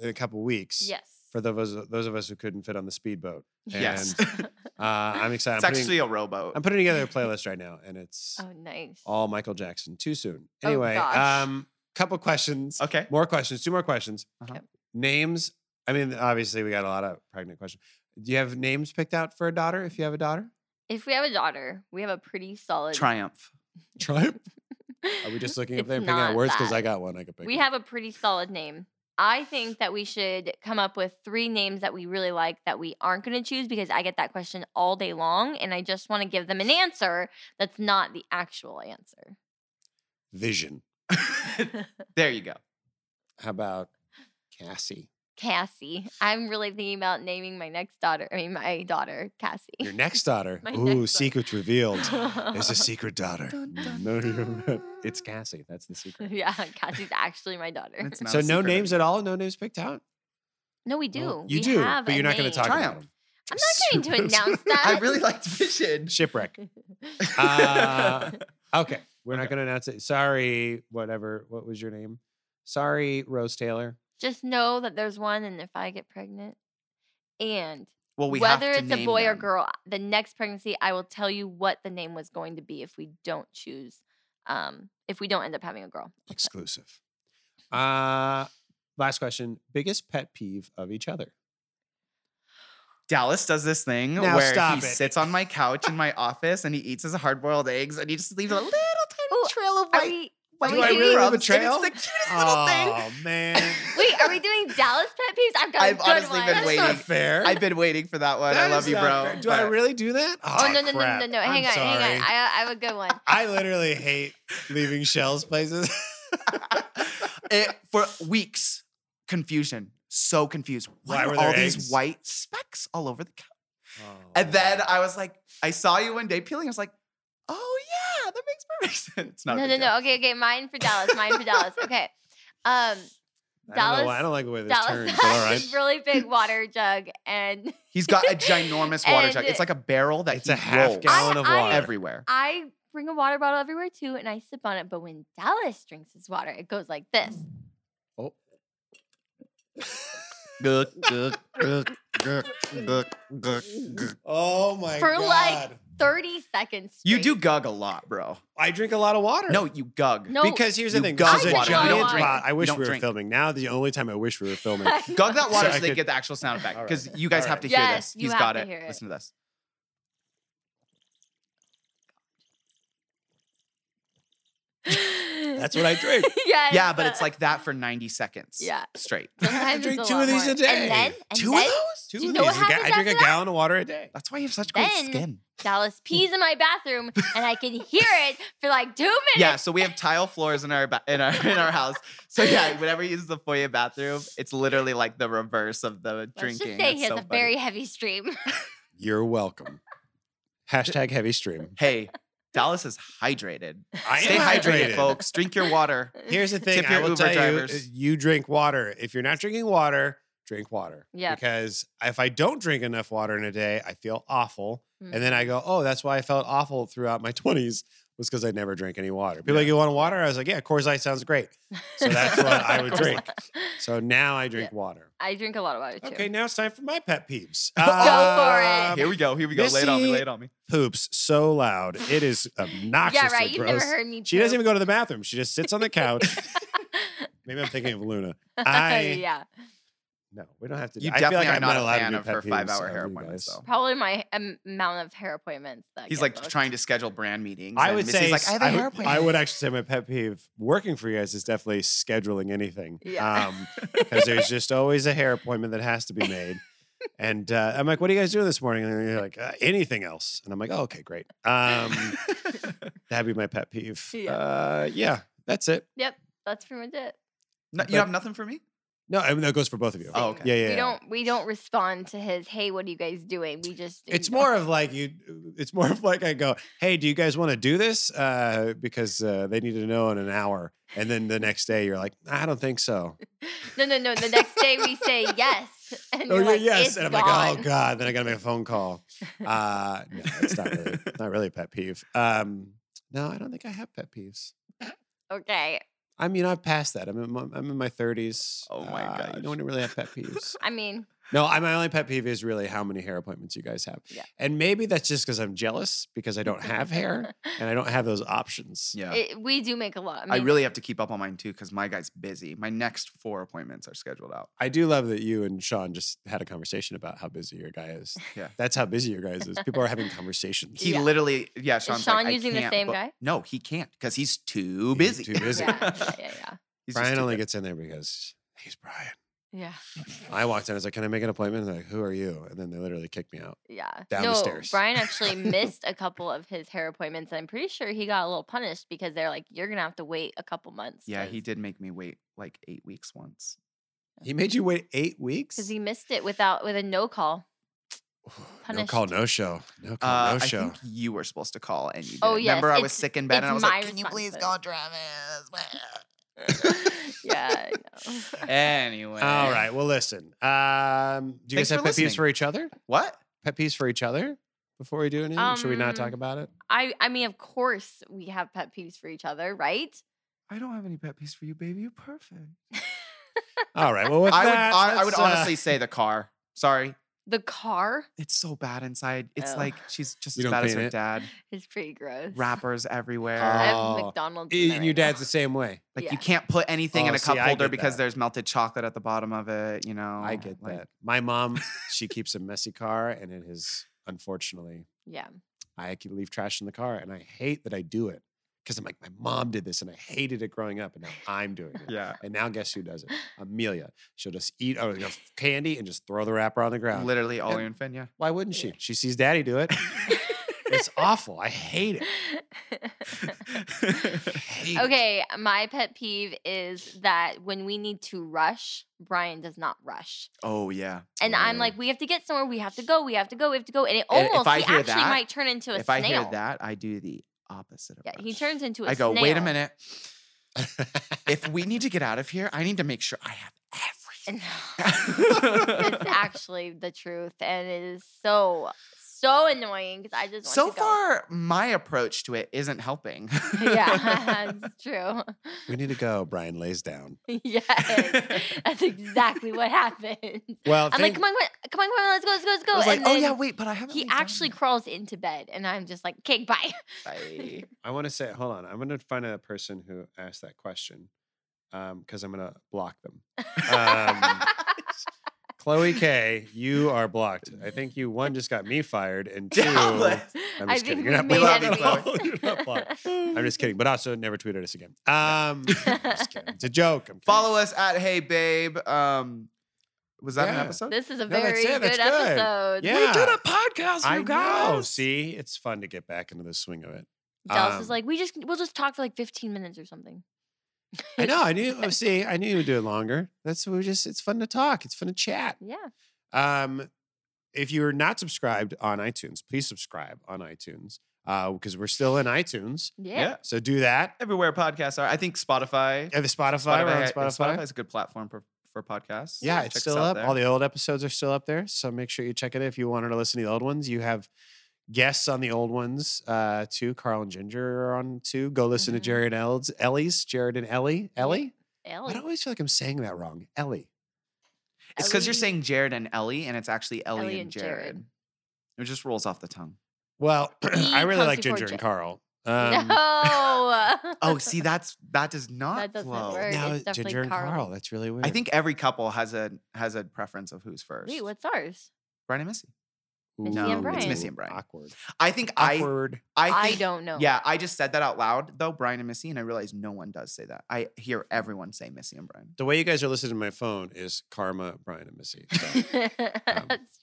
in a couple weeks.
Yes.
For those those of us who couldn't fit on the speedboat,
Yes.
and uh, I'm excited.
it's
I'm putting-
actually a rowboat.
I'm putting together a playlist right now, and it's
oh, nice.
all Michael Jackson. Too soon.
Oh,
Anyway,
gosh.
um, couple questions.
okay.
More questions. Two more questions.
Uh-huh.
Okay.
Names. I mean, obviously, we got a lot of pregnant questions. Do you have names picked out for a daughter? If you have a daughter,
if we have a daughter, we have a pretty solid.
Triumph.
Triumph. Are we just looking up
It's
there and picking out
not
words? Because I
that.
got one I could pick.
We
out.
have a pretty solid name. I think that we should come up with three names that we really like that we aren't going to choose because I get that question all day long, and I just want to give them an answer that's not the actual answer.
Vision.
there you go.
How about Cassie?
Cassie. I'm really thinking about naming my next daughter. I mean, my daughter Cassie.
Your next daughter.
My
Ooh,
next daughter.
secrets revealed. There's a secret daughter. No, no, it's Cassie. That's the secret.
yeah, Cassie's actually my daughter.
It's not
So
a
no
secret
names at all. No names picked out.
No, we do.
Well,
we
you do,
have
but
a
you're not going
name.
to talk about
Triumph.
them.
I'm not going to announce that.
I really liked Vision.
Shipwreck. Uh,
uh,
Okay, we're not going to announce it. Sorry, whatever. What was your name? Sorry, Rose Taylor.
Just know that there's one, and if I get pregnant, and
Well, we
whether
have to
it's a
name
boy or
them.
girl, the next pregnancy, I will tell you what the name was going to be if we don't choose, um, if we don't end up having a girl.
Exclusive. Uh last question. Biggest pet peeve of each other.
Dallas does this thing
Now
where
stop
he
it.
sits on my couch in my office and he eats his hard boiled eggs and he just leaves a little tiny
Ooh,
trail of
Are
white,
we,
white
Do I really leave a
crumbs, and it's
trail?
the cutest little thing.
Oh man.
wait, are we doing Dallas pet peeves? I've got a
I've
good
honestly
one.
been
That's
waiting.
not fair.
I've been waiting for that one.
That
I love
is
you,
not
bro.
fair. Do I
but-
really do that? Oh,
Oh, no, no, no, no,
crap.
no, no.
I'm
Hang on, hang
sorry.
on. I, I have a good one.
I literally hate leaving shells places.
It- for weeks, confusion. So confused. Why,
Why
are
were there
all these
eggs?
white specks all over the couch? And then I was like, I saw you one day peeling. I was like, oh yeah, that makes perfect sense. It's not a
no, no,
big
no. Okay, okay. Mine for Dallas. Mine for Dallas. Okay. Um,
I don't,
Dallas-
know why- I don't like the way this
Dallas
turns.
has
But all right.
this really big water jug, and
deal. He's got a ginormous water jug.
And-
It's like a barrel that
It's
he
a half
rolls
gallon of
I-
water.
everywhere.
I bring a water bottle everywhere too, and I sip on it. But when Dallas drinks his water, it goes like this.
Guk, guk, guk, guk, guk, guk, guk.
oh my
For, like,
god.
Thirty seconds.
You do
straight.
gug a lot, bro.
I drink a lot of water.
No, you gug.
No,
Because here's the
You
thing.
guzzle
There's a
water. You
giant
don't drink.
pot. I
You
wish
don't
we were
drink.
filming. Now the only time I wish we were filming.
Gug that water
So
so,
I
they
could-
get the actual sound effect
All right.
because you guys
All
have to
right.
hear
Yes,
this.
you
He's
have
got
to
it.
hear it.
Listen to this.
That's what I drink.
yes.
Yeah, but it's like that for 90 seconds.
Yeah.
Straight.
Sometimes
drink
it's
two of
lot
these
more.
a day.
And then, and
two
then
of those? Two
do you
of
know what
these. A ga-
happens
I drink a
after that?
gallon of water a day.
That's why you have such great
Then-
skin.
Dallas pees in my bathroom, and I can hear it for like two minutes.
Yeah, so we have tile floors in our ba- in our in our house. So yeah, whenever you use the foyer bathroom, it's literally like the reverse of the
Let's
drinking.
just say
It's
he has
so
a
funny.
very heavy stream.
You're welcome. Hashtag heavy stream.
Hey, Dallas is hydrated.
I am
Stay hydrated,
hydrated.
folks. Drink your water.
Here's the thing.
Tip
I
your
will
Uber
tell you, uh,
drivers.
you drink water. If you're not drinking water, drink water.
Yeah.
Because if I don't drink enough water in a day, I feel awful. And then I go, oh, that's why I felt awful throughout my 20s was because I never drank any water. People are like, you want water? I was like, yeah, Coors Light sounds great. So that's what I would drink. So now I drink water.
I drink a lot of water too.
Okay, now it's time for my pet peeves.
Go for it.
Um,
Here we go. Here we go. lay it on me.
Missy-
Lay it on me.
Poops so loud. It is obnoxiously
yeah, right. You've
gross.
never heard me.
she doesn't even go to the bathroom. She just sits on the couch. Maybe I'm thinking of Luna. I
Oh, yeah,
no, we don't have to. do-
You
I
definitely
feel like
are
I'm
not a
allowed
fan
to do
of
pet
her five-hour
peeves of
hair
you
appointments,
guys.
though.
probably my am- amount of hair appointments. That
He's
get
like
booked.
trying to schedule brand meetings.
I
and
would
Missy's
say
like, I have a
I,
hair
would,
appointment.
I would actually say my pet peeve working for you guys is definitely scheduling anything.
Yeah.
because there's just always a hair appointment that has to be made. And uh, I'm like, what are you guys doing this morning? And you're like, uh, anything else? And I'm like, oh, okay, great. Um, that'd be my pet peeve.
Yeah.
Uh, yeah, that's it.
That's pretty much it.
No, you have nothing for me?
No, I mean, that goes for both of you.
Oh, okay.
Yeah, yeah.
We
yeah.
don't we don't respond to his. Hey, what are you guys doing? We just
It's
ignore-
more of like you. It's more of like I go, hey, do you guys want to do this? Uh, because uh, they need to know in an hour, and then the next day you're like, I don't think so.
No, no, no. The next day we say yes, and
oh
you're
yeah,
like,
yes,
"It's
and I'm like,
gone."
oh god, then I got to make a phone call. Uh, no, it's not really, not really a pet peeve. Um, no, I don't think I have pet peeves.
Okay.
I mean, I've passed that. I'm in my, I'm in my 30s.
Oh my
Uh, I
gosh.
don't really have pet peeves.
I mean,
No, I, my only pet peeve is really how many hair appointments you guys have.
Yeah.
And maybe that's just because I'm jealous because I don't have hair and I don't have those options.
Yeah.
it, we do make a lot. I,
I
mean,
really have to keep up on mine too because my guy's busy. My next four appointments are scheduled out.
I do love that you and Sean just had a conversation about how busy your guy is.
Yeah.
That's how busy your guy is. People are having conversations.
He
Yeah.
literally, yeah, Sean's
Sean
like, I
using the
can't
same
book-
guy?
No, he can't because he's too
He's
busy.
too busy.
Yeah, yeah, yeah, yeah.
He's just
Brian
too
only
busy.
gets in there because he's Brian.
Yeah.
I walked in, I was like, Can I make an appointment? And they're like, Who are you? And then they literally kicked me out.
Yeah.
Down the
no,
stairs.
Brian actually missed a couple of his hair appointments. And I'm pretty sure he got a little punished because they're like, you're going to have to wait a couple months.
Yeah, he did make me wait like eight weeks once.
He made you wait eight weeks?
Because he missed it without with a no call.
no call,
punished.
no show. No call,
Uh,
Oh, no
I
show.
think you were supposed to call and you did.
Oh, yes,
Remember, I was
it's-
sick in bed and
it's
I was like,
my
can you please call
responsibility."
Travis?
yeah. I know.
anyway.
All right. Well, listen. Um, do you
Thanks
guys have
for
pet peeves
listening.
for each other?
What?
Pet peeves for each other before we do anything? Should we not talk
Um,
about it?
I, I mean, of course we have pet peeves for each other, right?
I don't have any pet peeves for you, baby. You're perfect.
All right. Well, with
I would,
that,
I, I would
let's, uh,
honestly say the car. Sorry,
The car
it's so bad inside. It's
Oh.
like she's just
You
as
don't
bad as
clean
her
it?
dad.
is pretty gross.
Wrappers everywhere.
I
Oh,
have McDonald's. in
and
there
your
right now.
dad's the same way.
like
yeah.
you can't put anything in
Oh,
a
see,
cup
I
holder
get
because
that.
there's melted chocolate at the bottom of it. You know.
I get
like-
that. My mom, she keeps a messy car, and it is unfortunately
Yeah.
I could leave trash in the car, and I hate that I do it because I'm like my mom did this, and I hated it growing up, and now I'm doing it.
Yeah.
And now guess who does it? Amelia. She'll just eat oh, you know, candy and just throw the wrapper on the ground.
Literally all
And-
your infant. Yeah.
Why wouldn't she? She sees daddy do it. it's awful. I hate it. I hate it.
okay, my pet peeve is that when we need to rush, Brian does not rush.
oh yeah.
And I'm
Mm.
like, we have to get somewhere. We have to go. We have to go. We have to go. And it
And if
almost,
I
he
hear
actually
that-
might turn into a
If I
snail.
hear that, I do the opposite of
Yeah, he
rush.
turns into a
I go.
snail.
Wait a minute. If we need to get out of here, I need to make sure I have everything.
it's actually the truth. And it is so, so annoying because I just want
so
to go.
far, my approach to it isn't helping.
yeah, it's true.
we need to go. Brian lays down.
yes, that's exactly what happened.
Well,
I'm
thank-
like, come on, come on, come on, come on, let's go, let's go, let's go.
I was like,
and
oh
then
yeah, wait, but I haven't.
he
laid down
actually crawls into bed, and I'm just like, okay, bye.
yet."
I want to say, hold on. I'm going to find a person who asked that question because I'm going to block them. Um, Chloe K, you are blocked. I think you one just got me fired, and two,
Dallas.
I'm
I
just kidding.
think
You're not
we made
blocked.
enemies.
No, you're not blocked. I'm just kidding. But also, never tweet at us again. Um, I'm just kidding. It's a joke. I'm kidding.
Follow us at Hey Babe. Um, was that an
Yeah.
episode?
This is a
No, that's
very
it,
good,
that's good.
episode.
Yeah.
We did a podcast,
I
you guys.
know. See, it's fun to get back into the swing of it.
Dallas
Um,
is like, we just we'll just talk for like 15 minutes or something.
I know. I knew. oh, See, I knew you would do it longer. That's we just. It's fun to talk. It's fun to chat.
Yeah.
Um, if you're not subscribed on iTunes, please subscribe on iTunes because we're still in iTunes.
Yeah.
Yeah.
So do that.
Everywhere podcasts are. I think Spotify.
And the Spotify, we're on
Spotify,
Spotify.
Spotify's a good platform for, for podcasts.
yeah,
so
it's
check us
still
out
up.
there.
All the old episodes are still up there. So make sure you check it if you wanted to listen to the old ones. You have guests on the old ones uh, too. Carl and Ginger are on too. Go listen
Mhm.
to Jared and Ellie's, Ellie's. Jared and Ellie. Ellie?
Ellie.
I don't always feel like I'm saying that wrong. Ellie.
It's because you're
Ellie.
saying Jared and Ellie, and it's actually Ellie,
Ellie
and,
and
Jared.
Jared.
It just rolls off the tongue.
Well, I really
comes
like
before
Ginger
J-
and Carl. Um,
no.
Oh, see, that's that does not
That doesn't
flow.
work.
Now
It's definitely
Ginger and
Carl.
Carl. That's really weird.
I think every couple has a has a preference of who's first.
Wait, what's ours?
Brian and Missy.
Missy and Brian.
It's Missy and Brian.
Awkward.
I think I
Awkward.
I
I,
think,
don't know.
Yeah, I just said that out loud though, Brian and Missy, and I realized no one does say that. I hear everyone say Missy and Brian.
the way you guys are listening to my phone is Karma, Brian, and Missy. So
that's true.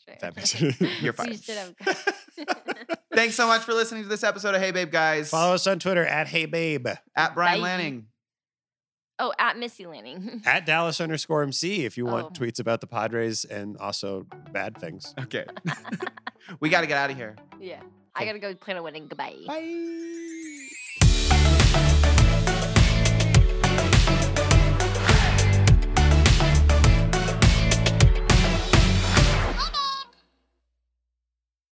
if that makes it.
You're
So you
fired.
should have-
Thanks so much for listening to this episode of Hey Babe Guys.
Follow us on Twitter at Hey Babe,
at Brian
Bye.
Lanning.
oh, at Missy Lanning.
at Dallas underscore MC if you want
Oh.
tweets about the Padres and also bad things.
Okay. we gotta get out of here.
Yeah. I
Cool.
gotta go plan a wedding. Goodbye.
Bye.